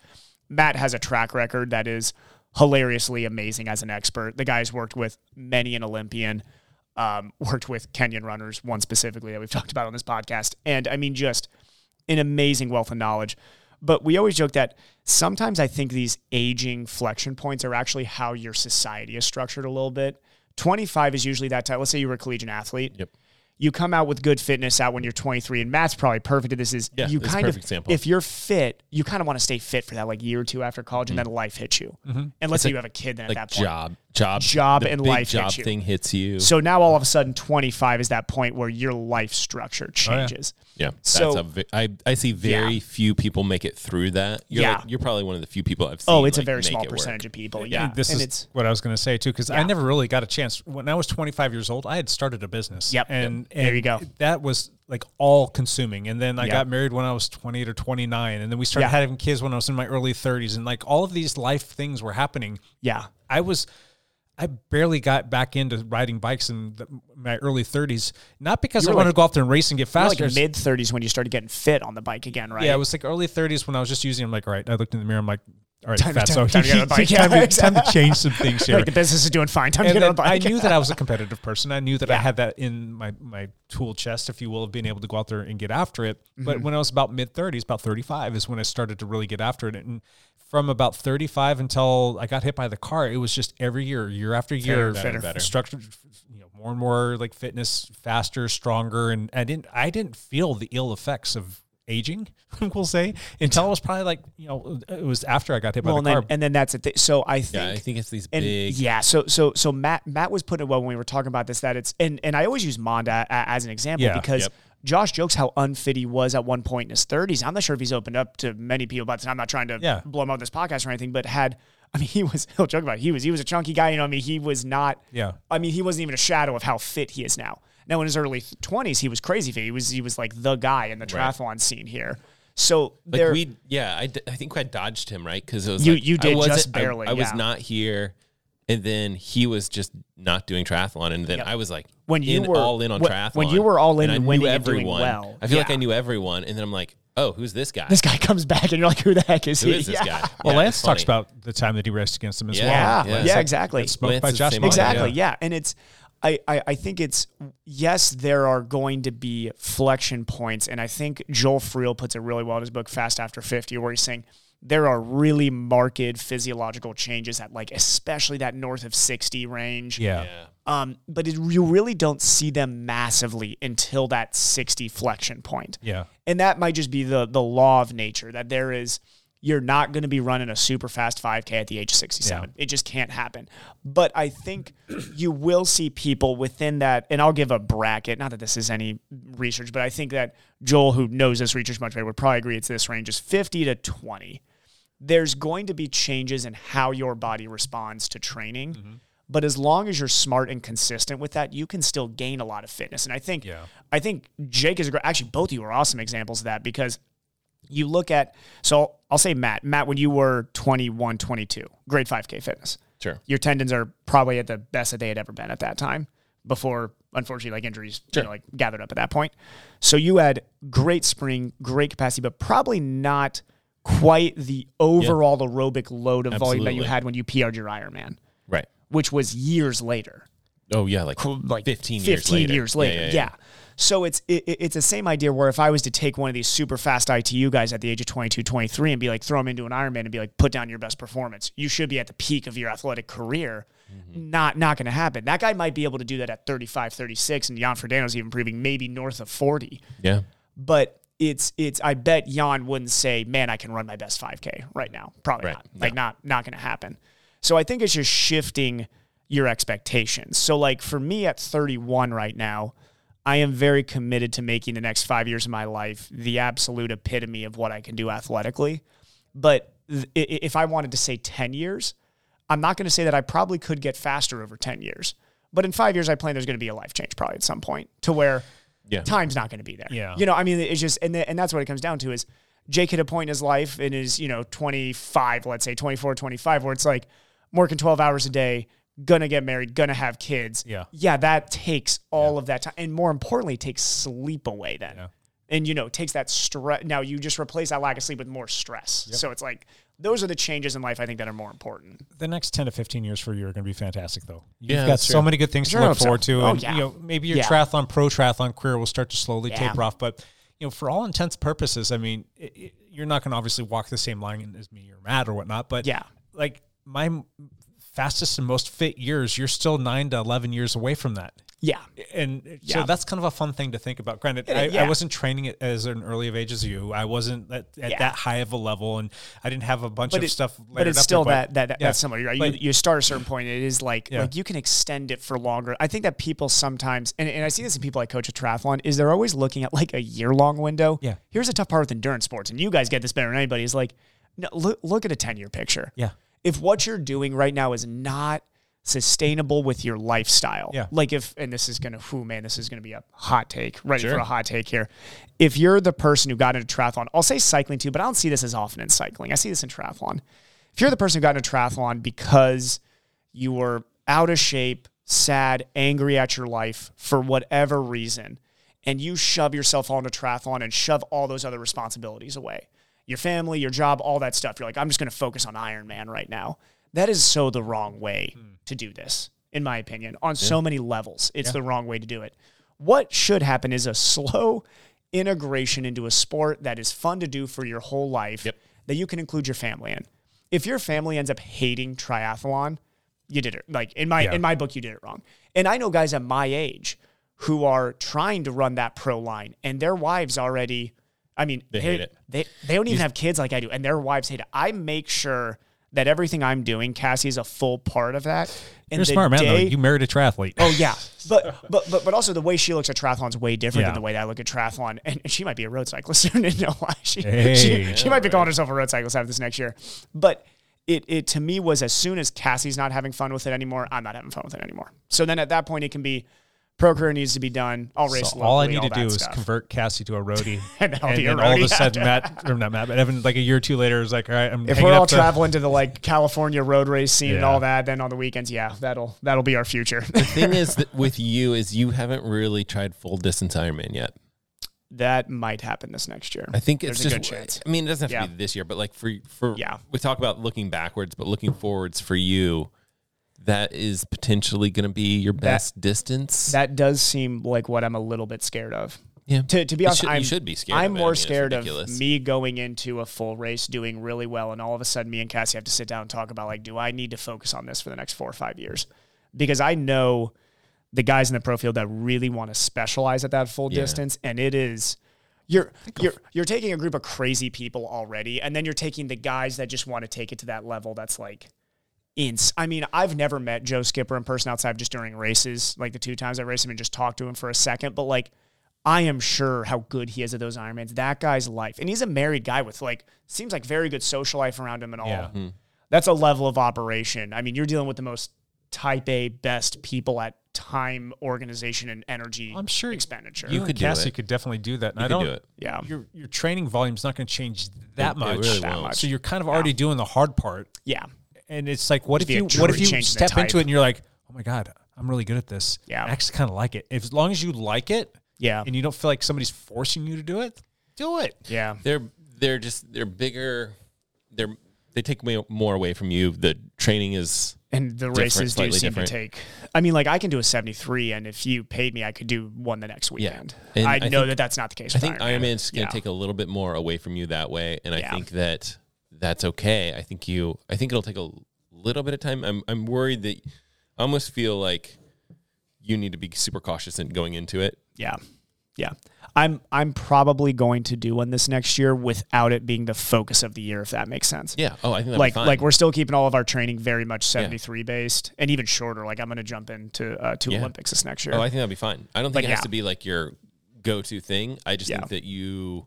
matt has a track record that is hilariously amazing as an expert the guy's worked with many an olympian um, worked with kenyan runners one specifically that we've *laughs* talked about on this podcast and i mean just an amazing wealth of knowledge. But we always joke that sometimes I think these aging flexion points are actually how your society is structured a little bit. 25 is usually that time. Let's say you were a collegiate athlete.
Yep.
You come out with good fitness out when you're 23, and Matt's probably perfect at this. Is
Yeah,
you
that's a
kind of
perfect example.
if you're fit, you kind of want to stay fit for that like year or two after college, and then life hits you. And let's say you have a kid then
Like
at that point.
job, job,
Job
the
and
big
life
Job
hits you.
thing hits you.
So now all of a sudden, 25 is that point where your life structure
yeah.
changes.
yeah, that's
so-
a ve- I I see very
Yeah.
few people make it through that. You're
Yeah.
like, you're probably one of the few people I've seen.
Oh, it's a
like,
very
make
small
it work.
percentage of people.
Yeah.
Yeah,
This
and
is
it's
what I was going to say too, because I
Yeah.
never really got a chance. When I was 25 years old, I had started a business.
Yep.
And,
There
and
you go.
That was like all consuming. And then I
Yeah.
got married when I was 28 or 29. And then we started
Yeah.
having kids when I was in my early 30s. And like all of these life things were happening.
yeah.
I was I barely got back into riding bikes in the, my early 30s, not because I
were
wanted
like-
to go out there and race and get
You're
faster.
like mid 30s when you started getting fit on the bike again, right?
yeah, it was like early 30s when I was just using. I'm like, all right. I looked in the mirror. I'm like, all right,
Time to-
fat. So
time- time to get on a
*laughs*
bike.
time,
Yeah,
to, time
*laughs*
to change some things here.
*laughs* like the business is doing fine. Time to
and
get on a
then I
bike.
knew that I
*laughs*
was a competitive person. I knew that I
Yeah.
had that in my my tool chest, if you will, of being able to go out there and get after it.
Mm-hmm.
But when I was about mid thirties, about thirty five, is when I started to really get after it. And from about thirty five until I got hit by the car, it was just every year, year after year,
better,
f-
better.
structured, you know, more and more like fitness, faster, stronger. And I didn't I didn't feel the ill effects of aging, *laughs* we'll say, until it was probably like you know it was after I got hit
well,
by
and
the
then,
car.
and then that's it. So I think.
Yeah, I think it's these
and
big.
yeah, so so so Matt Matt was putting it well when we were talking about this that it's and and I always use Monda a- as an example
Yeah.
because
Yep.
Josh jokes how unfit he was at one point in his 30s. I'm not sure if he's opened up to many people about this. I'm not trying to
Yeah.
blow him up this podcast or anything, but had I mean *laughs* he was he'll joke about it. he was he was a chunky guy. You know, I mean he was not.
Yeah.
I mean he wasn't even a shadow of how fit he is now. Now in his early 20s he was crazy fit. He was he was like the guy in the triathlon scene here. So
Like
there,
we, yeah, I, d- I think I dodged him right because it was
You-
like,
you
I
did just
wasn't- I-
barely,
I, was
yeah.
not here, and then he was just not doing triathlon, and then I was like
When you
in-
were-
all in on
when-
triathlon.
when you were all in
I
and
knew
winning and doing well.
I feel like
Yeah.
I knew everyone, and then I'm like, oh, who's this guy?
*laughs* this guy comes back and you're like, who the heck is
Who
he?
is this
*laughs* Yeah.
guy?
well,
Yeah,
Lance
it's
talks
funny.
about the time that he raced against him as
Yeah.
well.
Yeah,
Yeah.
yeah,
It's like-
exactly.
Smoked
Lance
by
is the
Josh
same
Miller,
idea.
Exactly. Yeah. And it's I, I, I think it's yes, there are going to be flexion points, and I think Joel Friel puts it really well in his book Fast After Fifty, where he's saying there are really marked physiological changes at like especially that north of sixty range.
Yeah.
Um, but it, you really don't see them massively until that sixty flexion point
Yeah.
and that might just be the the law of nature that there is you're not going to be running a super fast 5k at the age of 67 it just can't happen but i think you will see people within that and i'll give a bracket not that this is any research but i think that joel who knows this research much better would probably agree it's this range is 50 to 20 there's going to be changes in how your body responds to training but as long as you're smart and consistent with that you can still gain a lot of fitness and i think
Yeah.
i think jake is a great actually both of you are awesome examples of that because you look at so i'll say matt matt when you were 21 22 grade 5k fitness
Sure.
your tendons are probably at the best that they had ever been at that time before unfortunately like injuries you know, like gathered up at that point so you had great spring great capacity but probably not quite the overall aerobic load of volume that you
Absolutely.
had when you pr'd your ironman
Right.
which was years later
Oh yeah, like
like
15 years later.
years
Yeah,
later.
yeah,
Yeah.
yeah.
So it's it, it- it's the same idea where if I was to take one of these super fast ITU guys at the age of 22, 23 and be like throw him into an Ironman and be like put down your best performance. You should be at the peak of your athletic career.
Mm-hmm.
Not not going to happen. That guy might be able to do that at 35, 36 and Jan Frodeno's even proving maybe north of 40
yeah.
but it's it's I bet Jan wouldn't say, "Man, I can run my best 5K right now." Probably
Right.
not. Like not not going to happen. So I think it's just shifting your expectations. So like for me at 31 right now, I am very committed to making the next 5 years of my life the absolute epitome of what I can do athletically. But th- i- i- if I wanted to say 10 years, I'm not going to say that I probably could get faster over 10 years. But in 5 years I plan there's going to be a life change probably at some point to where
Yeah.
time's not going to be there.
Yeah.
You know, I mean, it's just, and, the, and that's what it comes down to is Jake hit a point in his life in his, you know, 25, let's say 24, 25, where it's like, I'm working 12 hours a day, gonna get married, gonna have kids.
Yeah.
Yeah. That takes all of that time. And more importantly, takes sleep away then. And, you know, takes that stress. Now you just replace that lack of sleep with more stress. So it's like, those are the changes in life I think that are more important.
the next 10 to 15 years for you are going to be fantastic though you've
Yeah,
got
that's
so
true.
many good things
Sure,
to
I
look
hope so.
forward to
Oh,
and
yeah.
you know maybe your
Yeah.
triathlon pro triathlon career will start to slowly
Yeah.
taper off but you know for all intents and purposes i mean it, it, you're not going to obviously walk the same line as me or matt or whatnot but
Yeah.
like my m- fastest and most fit years you're still 9 to 11 years away from that
Yeah.
and so
Yeah.
that's kind of a fun thing to think about. Granted, I, I
yeah.
wasn't training at as an early of age as you. I wasn't at, at
Yeah.
that high of a level, and I didn't have a bunch of
it-
stuff.
But
layered
it's
up
still
there,
that
but-
that, that
Yeah.
that's similar. Right?
Like-
you you start at a certain point. It is like
Yeah.
like you can extend it for longer. I think that people sometimes and, and I see this in people I coach at triathlon is they're always looking at like a year long window.
Yeah.
Here's the tough part with endurance sports, and you guys get this better than anybody. Is like no, look look at a ten year picture.
Yeah.
If what you're doing right now is not sustainable with your lifestyle.
Yeah.
Like if and this is gonna whoo man, this is gonna be a hot take. Ready for a hot take here. If you're the person who got into triathlon, I'll say cycling too, but I don't see this as often in cycling. I see this in triathlon. If you're the person who got into triathlon because you were out of shape, sad, angry at your life for whatever reason, and you shove yourself onto triathlon and shove all those other responsibilities away your family, your job, all that stuff. You're like, I'm just going to focus on Ironman right now. That is so the wrong way to do this, in my opinion, on so many levels. It's the wrong way to do it. What should happen is a *laughs* slow integration into a sport that is fun to do for your whole life that you can include your family in. If your family ends up hating triathlon, you did it like in my
Yeah.
in my book you did it wrong and i know guys at my age who are trying to run that pro line and their wives already i mean they
hate it.
they, they don't even have kids like i do and their wives hate it i make sure that everything i'm doing cassie is a full part of that and
You're
the
a smart man, though.
day-
You married a triathlete. Oh, *laughs*
yeah, but but but but also the way she looks at triathlon's way different
Yeah.
than the way that I look at triathlon, and, and she might be a road cyclist. *laughs* I don't know why she
Hey.
she,
Yeah,
she might be calling herself a road cyclist after this next year. But it it to me was as soon as Cassie's not having fun with it anymore, I'm not having fun with it anymore. So then at that point it can be pro career needs to be done. I'll race.
So all I
locally,
need to
that
do is
stuff.
convert Cassie
*laughs*
to a roadie,
And I'll be a
all of a
roadie. *laughs*
sudden, Matt or not Matt, but Evan, like a year or two later, is like, all right, I'm.
If
hanging
we're
up
all
to-
traveling to the
*laughs*
like California road race scene and
Yeah.
all that, then on the weekends, yeah, that'll that'll be our future. *laughs*
Thing is that with you is you haven't really tried full distance Ironman yet.
that might happen this next year.
I think it's
There's a
just.
good chance.
I mean, it doesn't have to
Yeah.
be this year, but like for for
Yeah.
we talk about looking backwards, but looking forwards for you, that is potentially going to be your best distance.
That does seem like what I'm a little bit scared of.
yeah.
To, to be
You
honest,
should- you
I'm,
should be scared
I'm
of it. I
more
mean, it's
scared of
ridiculous.
me going into a full race, doing really well, and all of a sudden, me and Cassie have to sit down and talk about like, do I need to focus on this for the next four or five years? Because I know the guys in the pro field that really want to specialize at that full
Yeah.
distance, and it is. You're, you're you're taking a group of crazy people already, and then you're taking the guys that just want to take it to that level. That's like ins. I mean, I've never met Joe Skipper in person outside of just during races, like the two times I raced him and just talked to him for a second. But like, I am sure how good he is at those Ironmans. That guy's life, and he's a married guy with like seems like very good social life around him and all.
Yeah.
That's a level of operation. I mean, you're dealing with the most type A best people at time, organization, and energy.
I'm sure
expenditure.
You
could
could
do
Cassie
it.
could definitely do that. And I
You
don't.
could do it.
yeah,
Your your training volume's not going to change that
It- it
much.
really That won't. much.
So you're kind of already doing the hard part.
yeah,
And it's like, what if
be a
you what
true
if you
change in the
step
type.
into it and you're like, oh my god, I'm really good at this.
Yeah.
I actually kind of like it. If, as long as you like it,
yeah,
and you don't feel like somebody's forcing you to do it, do it.
yeah.
They're they're just they're bigger. They're they take way more away from you. The training is
And the
Different,
races do
slightly
seem
different.
to take. I mean, like I can do a 73, and if you paid me, I could do one the next weekend.
And
I,
I
know
think-
that that's not the case.
I
with
think Iron Man's going to
Yeah.
take a little bit more away from you that way, and I
Yeah.
think that that's okay. I think you. I think it'll take a little bit of time. I'm I'm worried that I almost feel like you need to be super cautious in going into it.
Yeah, yeah. I'm I'm probably going to do one this next year without it being the focus of the year, if that makes sense.
Yeah. Oh, I think that'd
Like
be fine.
like we're still keeping all of our training very much 73 based and even shorter. Like I'm going to jump into uh, two
Yeah.
Olympics this next year.
Oh, I think that'd be fine. I don't think
Like,
it has
yeah.
to be like your go-to thing. I just
Yeah.
think that you.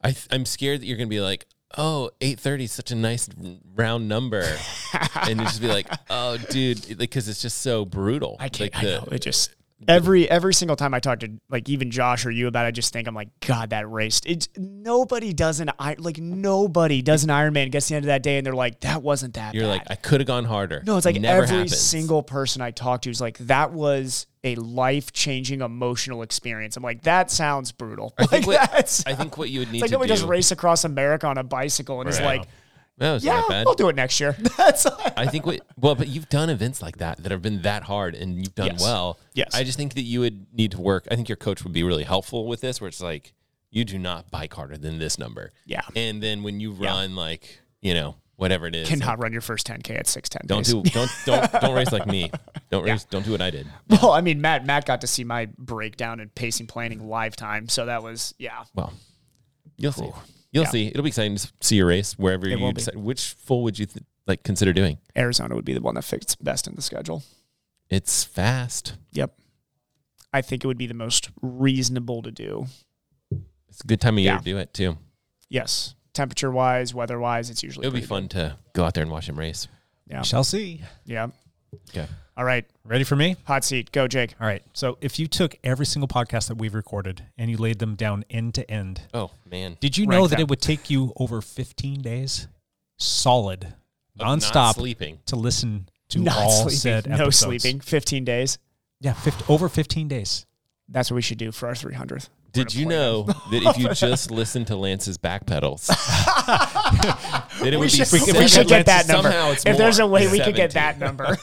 I th- I'm scared that you're going to be like. Oh, 830 is such a nice round number.
*laughs*
and you just be like, oh, dude, because it's just so brutal.
I can't.
Like
I
the-
know. It just every every single time I talk to like even Josh or you about, it, I just think I'm like, God, that race. It's nobody does an I like nobody does an Ironman gets to the end of that day and they're like, that wasn't that.
You're
bad.
like, I could have gone harder.
no, it's like
Never
every
happens.
single person I talk to is like, that was a life changing emotional experience. I'm like, that sounds brutal.
I
*laughs*
think,
Like
what,
that's
I think what you would need
it's like
to
nobody
do.
just race across America on a bicycle and is
Right.
like,
No, it's
yeah,
not bad.
we'll do it next year. *laughs* That's
I think what well, but you've done events like that that have been that hard and you've done
Yes.
well.
Yes.
I just think that you would need to work. I think your coach would be really helpful with this, where it's like you do not bike harder than this number.
Yeah.
And then when you run like you know whatever it is,
cannot run your first 10k at 610.
don't
pace.
do don't don't don't race
*laughs*
like me. Don't race. Don't do what I did.
Well, I mean, Matt Matt got to see my breakdown and pacing planning live time, so that was yeah.
Well, you'll see. You'll
Yeah.
see. It'll be exciting to see your race wherever
It will
you
be.
decide. Which full would you th- like consider doing?
Arizona would be the one that fits best in the schedule.
It's fast.
Yep, I think it would be the most reasonable to do.
It's a good time of year
Yeah.
to do it too.
Yes, temperature wise, weather wise, it's usually
It would be
pretty
fun to go out there and watch him race.
Yeah.
Shall see.
good. Yeah.
Okay.
All right,
Ready for me?
hot seat, go Jake.
All right. So if you took every single podcast that we've recorded and you laid them down end to end,
Oh man.
did you
Rank
know that
them.
it would take you over 15 days, solid,
Of
nonstop,
Not sleeping.
to listen to
*laughs* Not
all said
sleeping, no
episodes?
sleeping. Fifteen days.
Yeah, 50, over 15 days.
That's what we should do for our 300th.
Did you know that
*laughs*
if you just listened to Lance's back pedals, then it would
should,
be
we could- we should get that number.
Somehow it's
if there's a
more.
way we could get
17.
that number,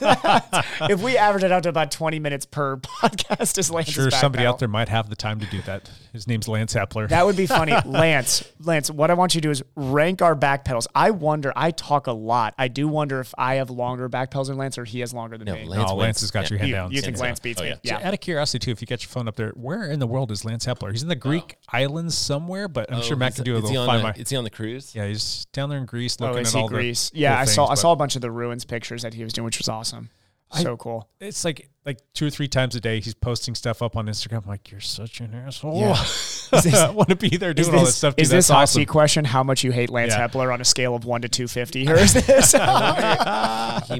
*laughs* if we average it out to about 20 minutes per *laughs* podcast, as Lance
Sure,
is back
somebody
now.
out there might have the time to do that. His name's Lance Hepler. *laughs*
That would be funny. Lance, Lance, what I want you to do is rank our back pedals. I wonder, I talk a lot. I do wonder if I have longer back pedals than Lance or he has longer than
No,
me.
Lance,
no,
wins.
Oh, Lance has got your
Yeah.
hand
you,
down.
you think
Yeah.
Lance beats
Oh,
me?
yeah.
Yeah.
Out of curiosity, too, if you got your phone up there, where in the world is Lance Hepler?
Oh.
He's in the Greek islands somewhere, but I'm
Oh,
sure Matt
is-
can do a
is he
little
on
find
the-
my.
Is he on the cruise?
Yeah, he's down there in Greece
Oh,
looking
is
at
he
all
Greece?
the.
yeah,
cool
I saw I
things,
saw a
but
bunch of the ruins pictures that he was doing, which was awesome.
I-
so cool.
It's like like two or three times a day he's posting stuff up on Instagram. I'm like you're such an asshole.
Yeah.
*laughs* I want to be there doing
Is
all this
this,
stuff. Dude,
is this
That's
hot
awesome.
seat question? How much you hate Lance
Yeah.
Hepler on a scale of one to two
*laughs*
fifty? Or is this?
He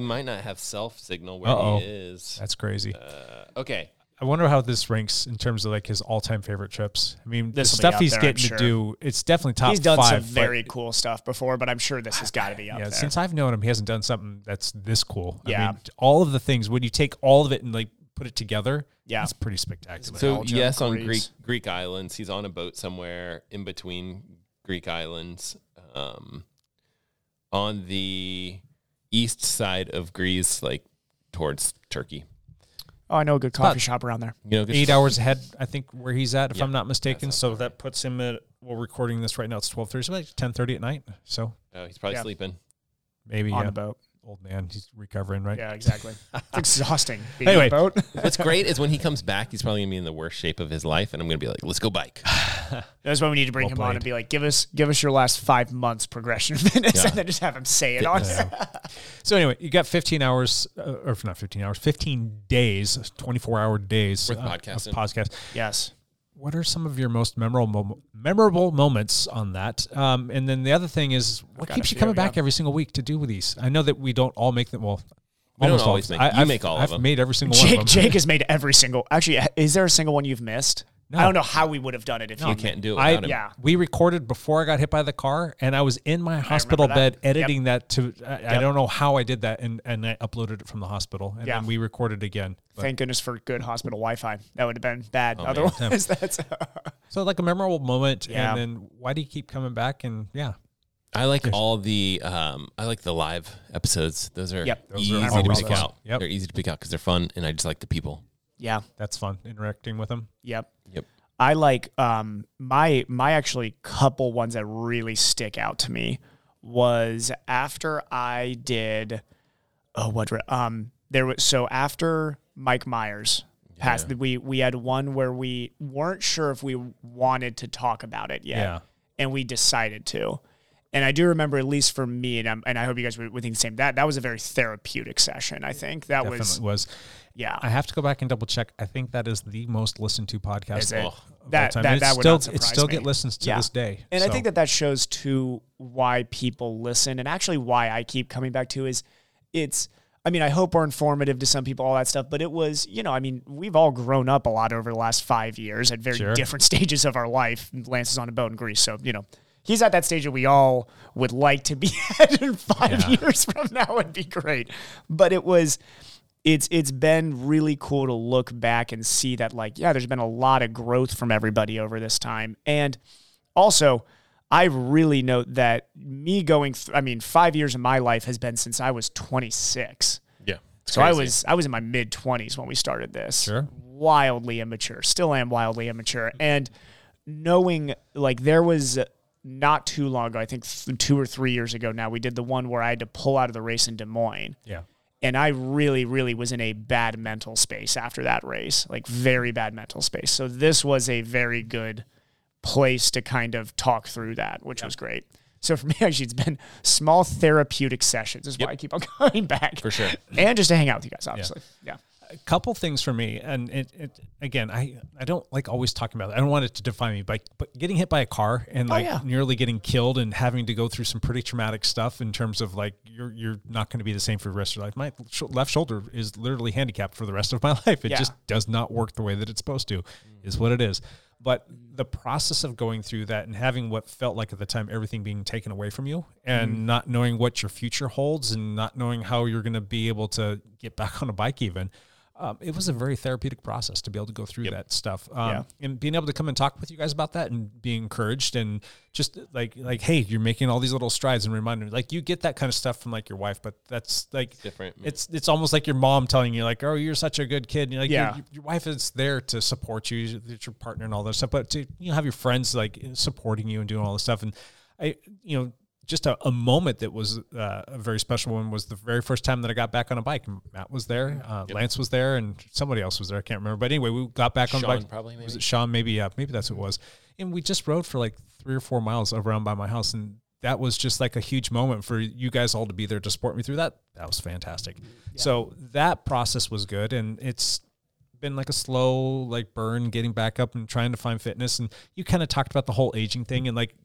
might not have self signal where
Uh-oh.
he is.
That's crazy.
Okay.
I wonder how this ranks in terms of like his all time favorite trips. I
This'll
mean,
be
the stuff
up
he's
there, I'm
getting
sure.
to do, it's definitely top
He's done
five.
some
but-
very cool stuff before, but I'm sure this has got to be up
yeah,
there.
since I've known him, he hasn't done something that's this cool. I
Yeah.
mean, all of the things when you take all of it and like put it together,
Yeah.
it's pretty spectacular.
So
Belgium,
yes, on Greek
Greece.
Greek islands, he's on a boat somewhere in between Greek islands. Um, on the east side of Greece, like towards Turkey.
Oh, I know a good coffee shop around there.
You know, 'cause-
Eight hours ahead, I think, where he's at, if I'm not mistaken. So that puts him at. We're recording this right now. It's twelve thirty, so like ten thirty at night. So
Oh, he's probably
Yeah. *laughs*
sleeping.
maybe
On
yeah.
the boat.
Old man, he's recovering, right?
Yeah,
*laughs*
exactly. it's exhausting. Being
Anyway.
on a boat.
What's great is when he comes back, he's probably gonna be in the worst shape of his life, and I'm gonna be like, "Let's go bike."
Um, That's why we need to bring
Well
him
played.
on and be like, give us give us your last five months progression *laughs* minutes,
Yeah.
and then just have him say it on.
So anyway, you got 15 hours, uh, or not 15 hours, 15 days, 24 hour days
Worth
uh,
podcasting.
Of podcast.
*laughs* yes.
What are some of your most memorable mom- memorable moments on that? Um, and then the other thing is, what
got a
keeps you
few,
coming back
yeah.
every single week to do with these? I know that we don't all make them. Well,
We don't
almost all
always
of them.
make-
I,
you
I've-
make all of
I've
them.
made every single one
Jake
of them.
Jake
*laughs*
*laughs*
has made every single. Actually, uh, is there a single one you've missed?
No.
I don't know how we would have done it if
you
you.
can't do it
I-
without him.
Yeah.
we recorded before I got hit by the car, and I was in my hospital
that.
bed editing that. To I, I don't know how I did that, and and I uploaded it from the hospital, and
Yeah.
then we recorded again. But- Oh,
Thank goodness for good hospital Wi-Fi. That would have been bad. *laughs* Otherwise, that's
So like a memorable moment,
Yeah.
and then why do you keep coming back? And yeah,
I like all the um, I like the live episodes. Those are
Yep. Those
easy
are
to
always
pick
fun.
out.
Yep.
They're easy to pick out because they're fun, and I just like the people.
yeah.
that's fun interacting with them.
Yep.
Yep.
I like um my my actually couple ones that really stick out to me was after I did oh what re- um there was so after Mike Myers passed we we had one where we weren't sure if we wanted to talk about it yet
Yeah.
and we decided to and I do remember at least for me and I'm, and I hope you guys would, would think the same that that was a very therapeutic session I think that
Definitely was,
was yeah
I have to go back and double check. I think that is the most listened to podcast.
Is it?
of all
That-
time.
that-
And it's
that would
still
not
it
surprise
still
me.
get listens to
Yeah.
this day.
And I
So,
think that that shows too why people listen and actually why I keep coming back to is it's I mean, I hope we're informative to some people, all that stuff, but it was, you know, I mean, we've all grown up a lot over the last five years at very
Sure.
different *laughs* stages of our life. Lance is on a boat in Greece. So, you know, he's at that stage that we all would like to be *laughs* at in five years from now would be great. But it was it's it's been really cool to look back and see that like, yeah, there's been a lot of growth from everybody over this time. And also, I really note that me going, th- I mean, five years of my life has been since I was 26.
Yeah.
So I was I was in my mid 20s when we started this.
Sure.
Wildly immature. Still am wildly immature. And knowing like there was not too long ago, I think th- 2 or 3 years ago now, we did the one where I had to pull out of the race in Des Moines
yeah,
and I really, really was in a bad mental space after that race, like very bad mental space. So this was a very good place to kind of talk through that, which was great. So for *laughs* me, actually, it's been small therapeutic sessions is why I keep on *laughs* coming back for
sure.
and just to hang out with you guys, obviously. Yeah,
a couple things for me, and it, it again, I I don't like always talking about. It. I don't want it to define me, but but getting hit by a car and like
Oh, yeah.
nearly getting killed and having to go through some pretty traumatic stuff in terms of like you're you're not going to be the same for the rest of your life. My sh- left shoulder is literally handicapped for the rest of my *laughs* life. It
Yeah.
just does not work the way that it's supposed to, is what it is. But the process of going through that and having what felt like at the time everything being taken away from you and not knowing what your future holds and not knowing how you're going to be able to get back on a bike, even. Um, it was a very therapeutic process to be able to go through that stuff, um,
Yeah.
and being able to come and talk with you guys about that, and being encouraged, and just uh, like like, hey, you're making all these little strides, and reminding me, like you get that kind of stuff from like your wife, but that's like
different.
it's it's almost like your mom telling you like, "Oh, you're such a good kid." And you're like,
Yeah.
your, your wife is there to support you, that your partner and all that stuff. But to you know, have your friends like supporting you and doing all this stuff, and I, you know, just a, a moment that was uh, a very special one was the very first time that I got back on a bike. Matt was there, uh, Lance was there, and somebody else was there. I can't remember. But anyway, we got back on the
Sean,
bike.
probably,
was
maybe?
it Sean? Maybe yeah, maybe that's what it was. And we just rode for like three or four miles around by my house, and that was just like a huge moment for you guys all to be there to support me through that. That was fantastic. So that process was good, and it's been like a slow like burn getting back up and trying to find fitness. And you kind of talked about the whole aging thing, and like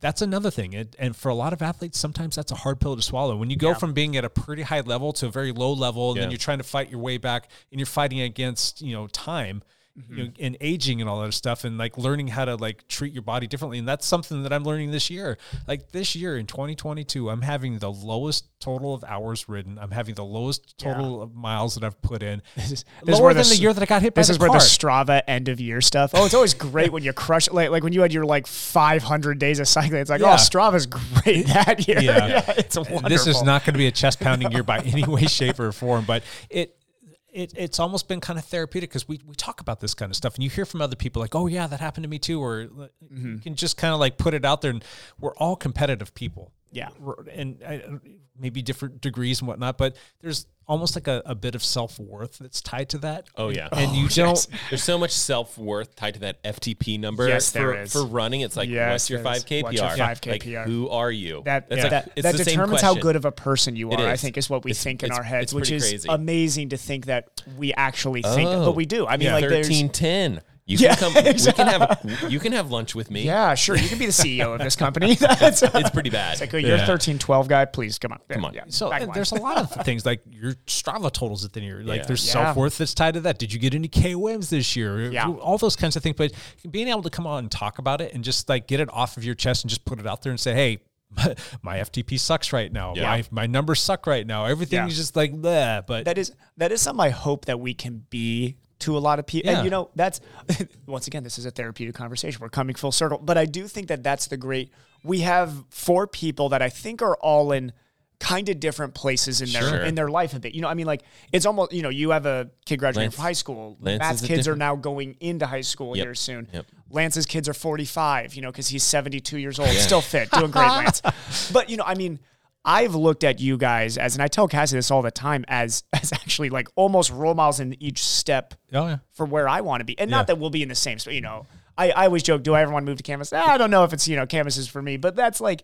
that's another thing. It, and for a lot of athletes, sometimes that's a hard pill to swallow. When you go from being at a pretty high level to a very low level, and then
Yeah.
you're trying to fight your way back, and you're fighting against you know time.
Mm-hmm.
you know, and aging and all that stuff, and like learning how to like treat your body differently. And that's something that I'm learning this year. Like this year in 2022, I'm having the lowest total of hours ridden. I'm having the lowest total of miles that I've put in.
is- *laughs*
This
this is
Lower
where
than the,
s-
year that I got hit by
This
the
is where
car.
the Strava end of year stuff. Oh, it's always great when you crush like like when you had your like 500 days of cycling. It's like
Yeah.
oh, Strava's great that year. *laughs*
Yeah.
it's wonderful.
This is not going to be a chest pounding year by *laughs* any way, shape, or form, but it. It, it's almost been kind of therapeutic because we, we talk about this kind of stuff and you hear from other people like, oh, yeah, that happened to me too. Or like, you can just kind of like put it out there. And we're all competitive people.
Yeah.
We're- And I, maybe different degrees and whatnot, but there's almost like a, a bit of self worth that's tied to that.
Oh, yeah.
And you don't,
There's so much self worth tied to that FTP number.
Yes,
for,
there is.
for running. It's like,
Yes,
what's your
there is.
5K PR?
What's your 5K
Like,
PR?
who are you?
that
That's
yeah.
a-
that,
it's
that
the same
determines how
question.
good of a person you
It
are. I
is.
think is what we
It's-
think in
it's-
our heads,
it's
which
pretty
is
crazy.
amazing to think that we actually think,
Oh.
but we do. I mean,
Yeah.
like there's.
1310. You
Yeah,
can
*laughs*
come. We can have. You can have lunch with me.
Yeah, sure. You
*laughs*
can be the CEO of this company. *laughs* That's
It's pretty bad.
like, oh, you're
Yeah.
13, 12 guy. Please come on.
Come on.
So
back
and
line.
there's a lot of *laughs* things like your Strava totals within your like
Yeah.
there's
Yeah.
self worth that's tied to that. Did you get any KOMs this year? Uh,
Yeah.
all those kinds of things. But being able to come on and talk about it and just like get it off of your chest and just put it out there and say, hey. *laughs* My FTP sucks right now.
Yeah.
My my numbers suck right now. Everything
Yeah.
is just like bleh, but
that is that is something I hope that we can be to a lot of people.
Yeah.
And you know, that's *laughs* once again, this is a therapeutic conversation. We're coming full circle, but I do think that that's the great. We have four people that I think are all in kind of different places in their
Sure.
in their life a bit. You know, I mean, like it's almost you know, you have a kid graduating
Lance-
from high school.
Lance
Matt's
is a
kids are
different-
now going into high school
Yep.
here soon.
Yep.
Lance's kids are 45, you know, because he's 72 years old, still fit, doing great, Lance. But, you know, I mean, I've looked at you guys as, and I tell Cassie this all the time, as as actually like almost role models in each step *laughs*
oh yeah.
for where I want to be. And
Yeah.
not that we'll be in the same space, you know. I, I always joke, do I ever want to move to Canvas? Ah, I don't know if it's, you know, Canvas is for me, but that's like,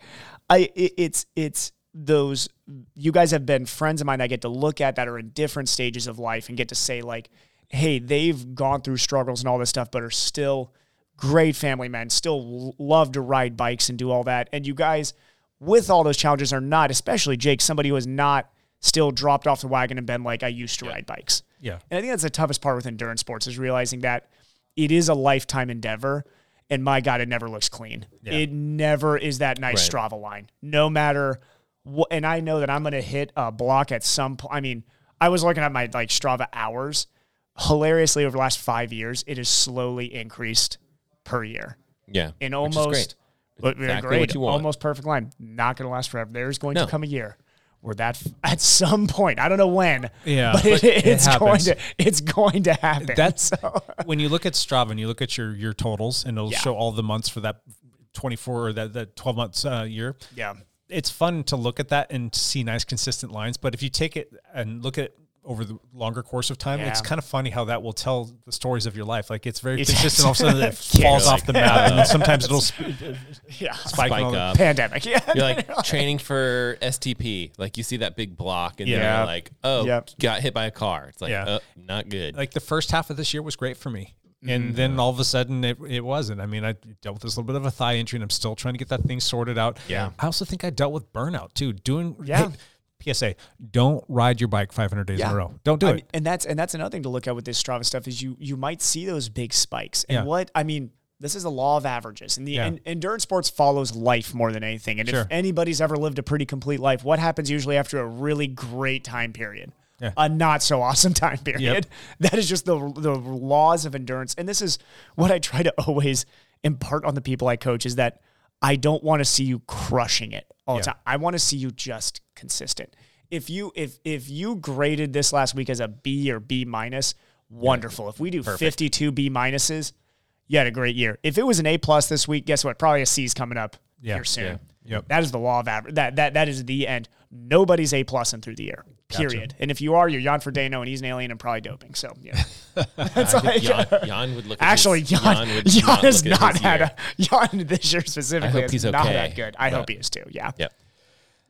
I, it, it's, it's those, you guys have been friends of mine that I get to look at that are in different stages of life and get to say like, hey, they've gone through struggles and all this stuff, but are still great family men, still l- love to ride bikes and do all that. And you guys with all those challenges are not, especially Jake, somebody who has not still dropped off the wagon and been like, I used to ride bikes.
Yeah.
And I think that's the toughest part with endurance sports is realizing that it is a lifetime endeavor. And my God, it never looks clean. It never is that nice Strava line, no matter what. And I know that I'm going to hit a block at some point. I mean, I was looking at my like Strava hours. Hilariously, over the last five years, it has slowly increased per year
Yeah.
in
which is
almost
great.
but we're
Exactly
great,
what you want.
almost perfect line. Not going to last forever. There's going
No.
to come a year where that *laughs* at some point, I don't know when,
Yeah,
but, it,
but
*laughs*
it
it's going
happens.
to it's going to happen.
That's
So-
*laughs* when you look at Strava and you look at your your totals and it'll
Yeah.
show all the months for that 24 or that, that 12 months uh, year.
yeah,
it's fun to look at that and to see nice consistent lines but if you take it and look at it over the longer course of time it's
Yeah.
kind of funny how that will tell the stories of your life like it's very
It
consistent all of a
*laughs*
sudden it
Yeah.
falls off the map
*laughs*
and sometimes it'll sp-
yeah.
spike,
Spike
up.
up.
Pandemic. *laughs* Yeah,
You're like training for STP. Like you see that big block, and
Yeah.
you're like, oh,
Yep.
got hit by a car. It's like,
Yeah.
oh, not good.
like the first half of this year was great for me and
Mm-hmm.
then all of a sudden it, it wasn't i mean i dealt with this little bit of a thigh injury and i'm still trying to get that thing sorted out
Yeah.
i also think i dealt with burnout too doing
Yeah.
psa don't ride your bike 500 days in
Yeah.
a row don't do
I
it
mean, and that's and that's another thing to look at with this Strava stuff is you you might see those big spikes. And
Yeah.
what I mean, this is the law of averages. And the
Yeah.
en- endurance sports follows life more than anything. And
Sure.
if anybody's ever lived a pretty complete life, what happens usually after a really great time period?
Yeah.
A not so awesome *laughs* time period. *laughs* That is just the the laws of endurance. And this is what I try to *laughs* always impart on the people I coach is that I don't want to see you crushing it all the
Yeah.
time. I want to see you just consistent. If you if if you graded this last week as a B or B minus, wonderful. If we do 52 B minuses, you had a great year. If it was an A plus this week, guess what? Probably a C's coming up
Yeah,
here soon.
yeah, yep.
That is the law of average. That that that is the end. Nobody's A plus in through the year. Period. And if you are, you're Jan Ferdano and he's an alien and probably doping. So
*laughs*
yeah. That's
I
like,
think Jan, Jan would look. At
Actually,
his,
Jan,
would
Jan has
look at
not
his
had
year.
a Jan this year specifically.
hope
is
he's
not
okay,
that good. I hope
but-
he is too. Yeah.
Yep.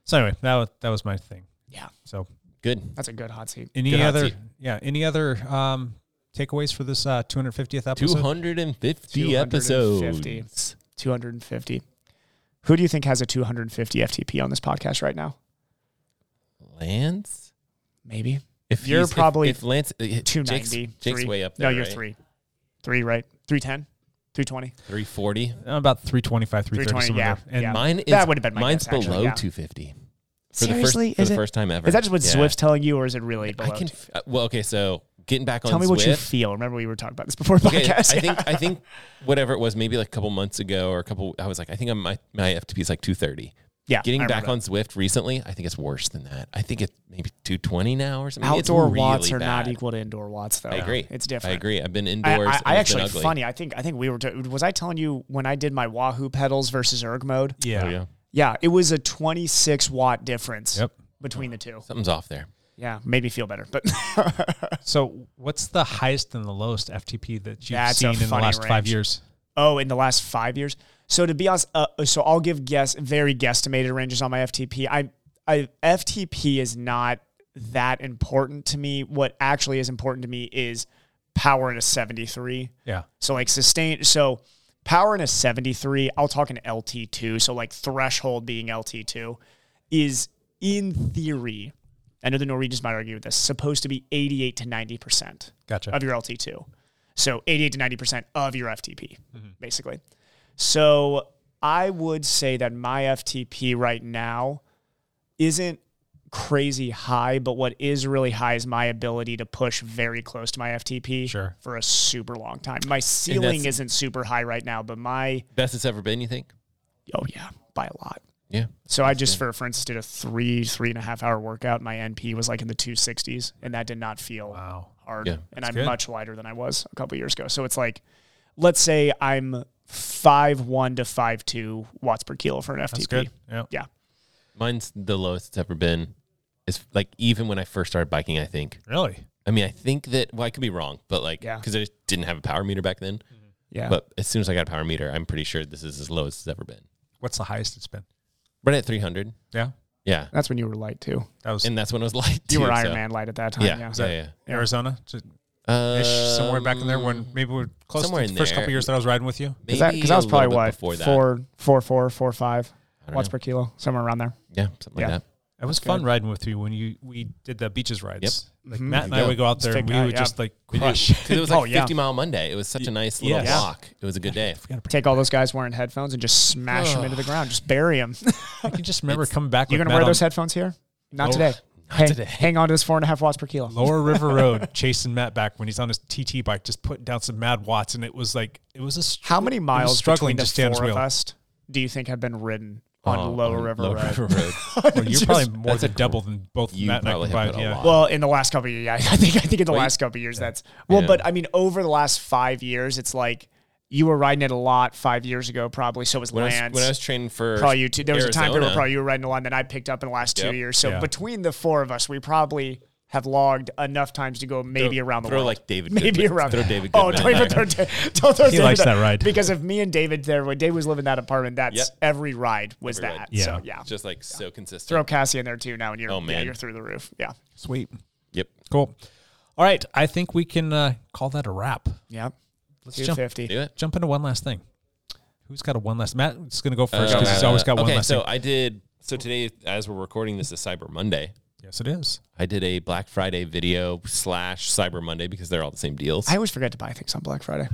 so anyway that, wa- that was my thing
Yeah.
so
Good.
That's a good hot seat.
Any
Good hot
other?
seat.
Yeah. Any other um, takeaways for this uh, 250th episode?
Two hundred and fifty
250.
episodes.
250. Who do you think has a 250 FTP on this podcast right now?
Lance,
Maybe
if
You're
he's- if-
probably
if, Lance, uh, Jake's,
290.
Jake's
three.
way up there.
No, you're
right?
three. Three, right? 310? 320?
340.
Uh, about 325, 330.
320, yeah,
somewhere there. And
yeah.
Mine is
That would've been my
mine's
guess, actually,
below
yeah.
250. For
Seriously?
the first, for
Is
the
it-
first time ever.
Is that just what
Yeah.
Swift's telling you, or is it really below?
I can.
250?
uh, well, okay. So getting back on.
Tell me
Zwift,
what you feel. Remember, we were talking about this before the
Okay,
podcast.
I think
Yeah.
I think whatever it was, maybe like a couple months ago or a couple. I was like, I think I'm, my my FTP is like 230.
Yeah, I
Getting back
remember
on Zwift recently, I think it's worse than that. I think it's maybe 220 now or something.
*laughs*
It's
outdoor watts
really
are not
bad.
equal to indoor watts, though.
I agree.
It's different.
I agree. I've been
I,
indoors.
I-
and
I
it's
actually
been ugly.
funny. I think I think we were. t- was I telling you when I did my Wahoo pedals versus erg mode?
yeah.
Oh, yeah.
Yeah, it was a 26 watt difference
Yep.
between the two.
Something's off there.
Yeah, made me feel better. But *laughs*
So what's the highest and the lowest FTP that you've
That's a
seen in the
funny
last five
range.
years?
oh, in the last five years. So to be honest, uh, so I'll give guess very guesstimated ranges on my FTP. I, I FTP is not that important to me. What actually is important to me is power in a 73.
Yeah.
So like sustain. So power in a 73, I'll talk an LT2. So like threshold being LT2 is in theory, I know the Norwegians might argue with this, supposed to be 88 to 90%
Gotcha.
of your LT2. So 88 to 90% of your FTP,
Mm-hmm.
basically. So I would say that my FTP right now isn't crazy high, but what is really high is my ability to push very close to my FTP
Sure.
for a super long time. My ceiling isn't super high right now, but my
Best it's ever been. You think?
oh yeah, by a lot.
Yeah.
So I just for for instance did a three three and a half hour workout. My NP was like in the two sixties, and that did not feel
Wow.
hard.
Yeah,
and I'm
good.
much lighter than I was a couple years ago. So it's like, let's say I'm five one to five two watts per kilo for an FTP.
That's good. Yeah.
Yeah.
Mine's the lowest it's ever been. It's like even when I first started biking, I think.
Really?
I mean, I think that. Well, I could be wrong, but like,
Yeah.
because I just didn't have a power meter back then.
Yeah.
But as soon as I got a power meter, I'm pretty sure this is as low as it's ever been.
What's the highest it's been?
Right at 300.
Yeah.
Yeah.
that's when you were light too.
That was
And that's when it was *laughs* light.
You
too,
were
so-
Iron Man light at that time.
Yeah.
Yeah.
Yeah. yeah.
Yeah.
Arizona, Just
Um,
ish, somewhere back in there when maybe we're close
somewhere
to the
in
first couple
there.
years that I was riding with you.
Because that,
Um, maybe
'cause that was
a little
probably
bit
what
before that.
four four four four five
I don't
watts
know.
per kilo, somewhere around there.
Yeah, something
Yeah.
like that.
It was fun riding with you when you we did the beaches rides. Like
Mhm.
Matt and I
Yeah.
would go out
Let's
there and
figure
we
out,
would
yeah.
just like
We did. *laughs*
crush.
'Cause It
*laughs*
was like
Oh, yeah.
50 mile Monday. It was such a nice
Y-
little
yes.
walk. It was a good day.
Take all those guys wearing headphones and just smash them into the ground. Just bury
*laughs*
them.
I can just remember coming back.
You're
with
gonna
Matt
wear those
on
headphones here? Not
Lower-
today.
not
hang,
today.
hang on to this four and a half watts per kilo.
*laughs*
Lower River Road, chasing Matt back when he's on his TT bike, just putting down some mad watts, and it was like it was
*laughs*
a str-
How many
it was
miles between
struggling
the
to stand his
four of
wheel.
us do you think have been ridden on
Oh,
Lower
on
River
Lower
Road?
River
*laughs*
Road. *laughs*
Well, you're probably more
that's a
than double than both
You
Matt and I
probably have
combined.
put a
Yeah,
lot.
Well, in the last couple of years, yeah, *laughs* I think I think in the
Well, you-
last couple of years that's well,
Yeah.
but I mean over the last five years, it's like you were riding it a lot five years ago, probably. So it was
When I, was,
Lance.
when I was training for
probably you two. There was a time period where
Arizona,
probably you were riding a line that I picked up in the last two
Yep.
years. So
Yeah.
between the four of us, we probably have logged enough times to go maybe around the
throw
world.
like David
maybe
Goodman-
around
throw David
Oh,
Goodman
don't
in
even
there.
throw, Da- don't throw
He
David
likes
up.
that ride.
because if me and David there when Dave was living in that apartment, that's
Yep.
every ride was
Every
that.
ride.
So
Yeah.
yeah,
Just like so consistent.
throw Cassie in there too now, and you're
Oh,
yeah,
man.
you're through the roof. Yeah,
sweet,
Yep.
cool. All right, I think we can uh, call that a wrap.
yeah.
Let's
Two
jump
fifty.
Do it.
jump into one last thing. Who's got a one last? Matt is going to go first because he's
Uh,
always got one
okay,
last
so
thing.
I did. So today, as we're recording this, is Cyber Monday.
Yes, it is.
I did a Black Friday video slash Cyber Monday because they're all the same deals.
I always forget to buy things on Black Friday.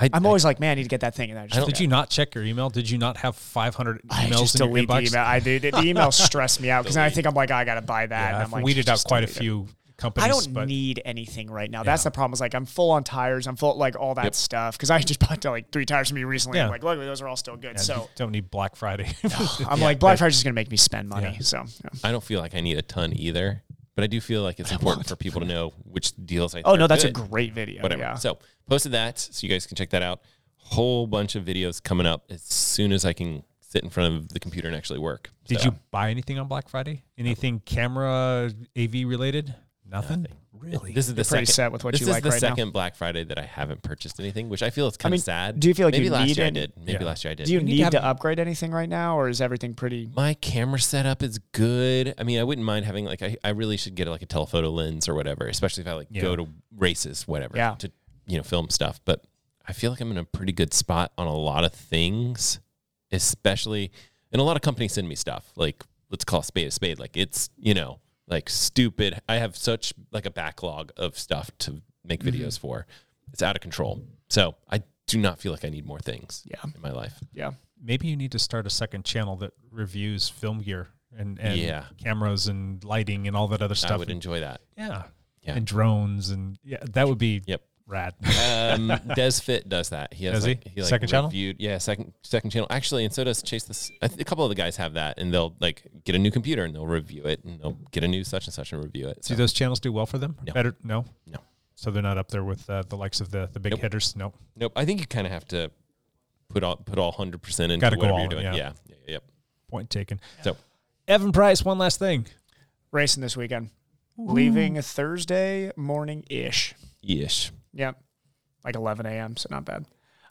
I,
I'm always like, man, I need to get that thing, and I just
Did you not check your email? Did you not have 500 emails
I just
in your
delete the
inbox?
email. I do. The, the email stressed me
*laughs*
out because I think I'm like, I gotta buy that.
Yeah,
and I'm
I've
like,
weeded out
just
quite a
delete it.
few companies.
I don't
but
need anything right now. That's the problem. Is like I'm full on tires. I'm full like all that stuff because I just *laughs* bought like three tires from you recently.
Yeah.
I'm like, luckily those are all still good.
yeah,
so
you don't need
*sighs*
Black Friday. *laughs*
*laughs* I'm like, Black Friday's just gonna make me spend money.
Yeah.
So yeah.
I don't feel like I need a ton either, but I do feel like it's important for people to know which deals I.
oh
think
no,
are
that's
good.
a great video.
whatever.
Yeah.
So posted that, so you guys can check that out. Whole bunch of videos coming up as soon as I can sit in front of the computer and actually work.
Did
So,
you buy anything on Black Friday? Anything camera AV related? Nothing. Really?
This is the
pretty
second.
set with what
this
you
is
like
the
right now.
second Black Friday that I haven't purchased anything, which I feel it's kind
mean,
of sad.
do you feel like
maybe
you
last
need
year I
any-
did? Maybe
Yeah.
last year I did.
Do you,
need
need,
to have-
to upgrade anything right now, or is everything pretty?
my camera setup is good. I mean, I wouldn't mind having like I, I really should get like a telephoto lens or whatever, especially if I like
Yeah.
go to races, whatever,
Yeah.
to you know film stuff. But I feel like I'm in a pretty good spot on a lot of things, especially and a lot of companies send me stuff like let's call a spade a spade. Like it's you know
Mm-hmm.
like stupid. I have such like a backlog of stuff to make videos for It's out of control. So I do not feel like I need more things
Yeah.
in my life.
Yeah.
Maybe you need to start a second channel that reviews film gear and, and
Yeah.
cameras and lighting and all that other stuff.
I would enjoy that.
yeah.
Yeah.
And drones and yeah, that would be
Yep. *laughs*
rad.
Um, DesFit does that. He has
Does he?
like, like
Second channel?
reviewed- Yeah, second second channel. Actually, and so does Chase. This I think a couple of the guys have that, and they'll like get a new computer and they'll review it, and they'll get a new such and such and review it.
*laughs*
So,
Do those channels do well for them?
No.
Better no,
no,
so they're not up there with uh, the likes of the the big
Nope.
hitters. No,
nope. I think you kind of have to put all put all hundred percent into
Gotta go
whatever
all
you're
in,
doing.
yeah.
Yeah. yeah, yep.
point taken.
So
Evan Price, one last thing.
Racing this weekend. Leaving Thursday morning ish.
ish.
Yep. Like 11 a.m. So not bad.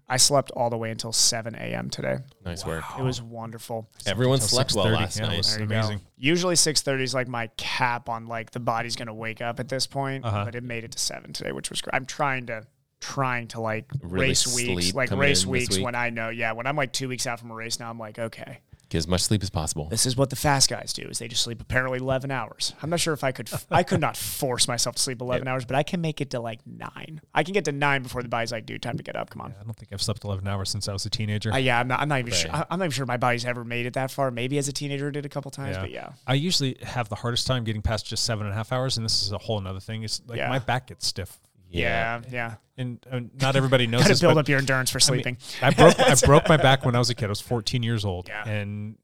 I slept all the way until 7 a.m. today.
Nice work.
It was wonderful.
Everyone
Till
slept well
6:30,
last
yeah, it
night.
was
There you go.
amazing.
Usually 6:30 is like my cap on like the body's going to wake up at this point,
Uh-huh.
but it made it to 7 today, which was great. I'm trying to trying to like
Really
race weeks,
sleep
like
coming
race
in this
weeks
week.
when I know, yeah, when I'm like 2 weeks out from a race now, I'm like, okay.
Get as much sleep as possible.
This is what the fast guys do is they just sleep apparently 11 hours. I'm not sure if I could I could not force myself to sleep 11 hours, but I can make it to like 9. I can get to 9 before the body's like, dude, time to get up. Come on.
I don't think I've slept 11 hours since I was a teenager.
Uh, yeah, I'm not. I'm not even. Sure,
Right.
I- I'm not even sure my body's ever made it that far. Maybe as a teenager, I did a couple times, but yeah,
I usually have the hardest time getting past just seven and a half hours, and this is a whole nother thing. It's like
Yeah.
my back gets stiff,
yeah, yeah.
and, and
*laughs*
not everybody knows
Got
this.
to build
but
up your endurance for sleeping.
I
*laughs*
broke I broke my back when I was a kid. I was 14 years old,
Yeah.
and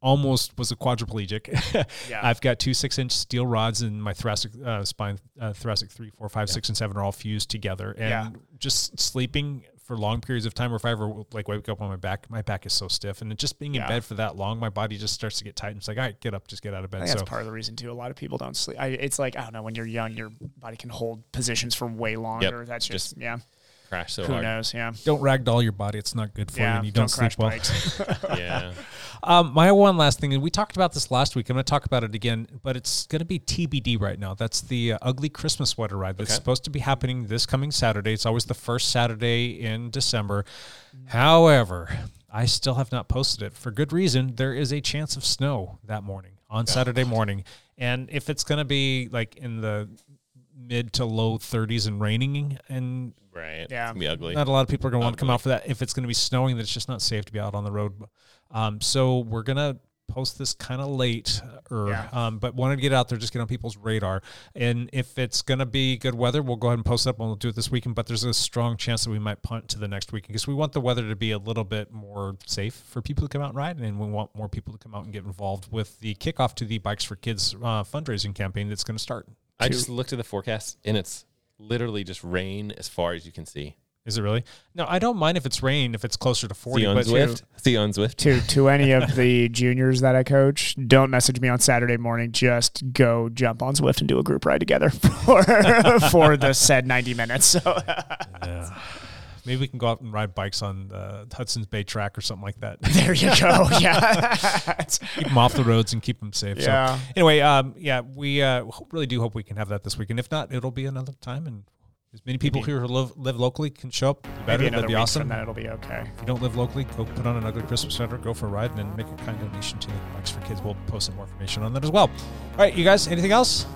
almost was a quadriplegic. *laughs*
Yeah.
I've got two six inch steel rods in my thoracic uh, spine, uh, thoracic three, four, five, six, and seven are all fused together, and
Yeah.
just sleeping. For long periods of time, or if I ever like wake up on my back, my back is so stiff, and then just being in
Yeah.
bed for that long, my body just starts to get tight. And it's like, all right, get up, just get out of bed.
I think
so
that's part of the reason too. A lot of people don't sleep. I, it's like I don't know. When you're young, your body can hold positions for way longer. That's just,
Just
yeah.
Crash so
Who
hard.
knows? Yeah.
don't ragdoll your body; it's not good for you,
Yeah.
and you don't,
crash
sleep well.
bikes. *laughs*
Yeah.
Um, my one last thing, and we talked about this last week. I'm going to talk about it again, but it's going to be TBD right now. That's the uh, ugly Christmas sweater ride that's
Okay.
supposed to be happening this coming Saturday. It's always the first Saturday in December. However, I still have not posted it for good reason. There is a chance of snow that morning on Saturday morning, and if it's going to be like in the mid to low 30s and raining and
Right.
Yeah.
It's gonna be ugly.
not a lot of people are going to want to come
Ugly.
out for that. If it's going to be snowing, then it's just not safe to be out on the road. Um, so we're going to post this kind of late,
Yeah.
um, but wanted to get it out there, just get on people's radar. And if it's going to be good weather, we'll go ahead and post it up and we'll do it this weekend. But there's a strong chance that we might punt to the next weekend because we want the weather to be a little bit more safe for people to come out and ride. And we want more people to come out and get involved with the kickoff to the Bikes for Kids uh, fundraising campaign that's going to start.
I just looked at the forecast and it's literally just rain as far as you can see.
Is it really? No, I don't mind if it's rain, if it's closer to 40.
See on
but
Zwift. See on Zwift.
to to any of
*laughs*
the juniors that I coach, don't message me on Saturday morning. Just go jump on Swift and do a group ride together *laughs* for for the said 90 minutes.
*laughs*
So
Maybe we can go out and ride bikes on the Hudson's Bay track or something like
*laughs*
that.
there you go. Yeah. *laughs* It's-
keep them off the roads and keep them safe.
Yeah.
So anyway, um, yeah, we uh, ho- really do hope we can have that this weekend. If not, it'll be another time. And as many people here who live, live locally can show up, the better.
Maybe
That'd
another
be
week from
awesome.
that, it'll be okay.
If you don't live locally, go put on an ugly Christmas sweater, go for a ride, and then make a kind donation to the Bikes for Kids. We'll post some more information on that as well. All right, you guys, anything else?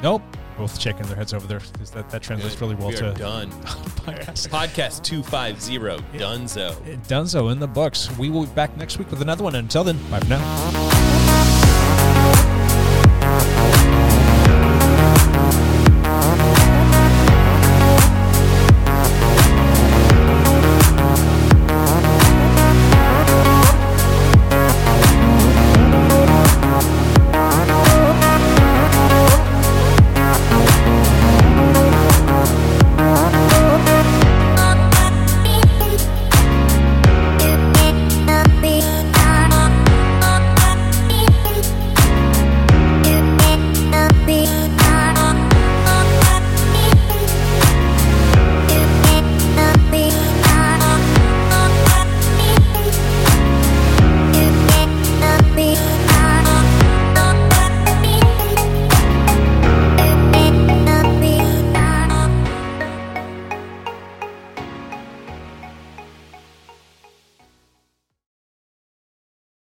Nope. Both shaking their heads over there because that, that translates really well
we
to
are done.
podcast.
*laughs* Podcast 250 Dunzo.
Dunzo in the books. We will be back next week with another one. Until then, bye for now.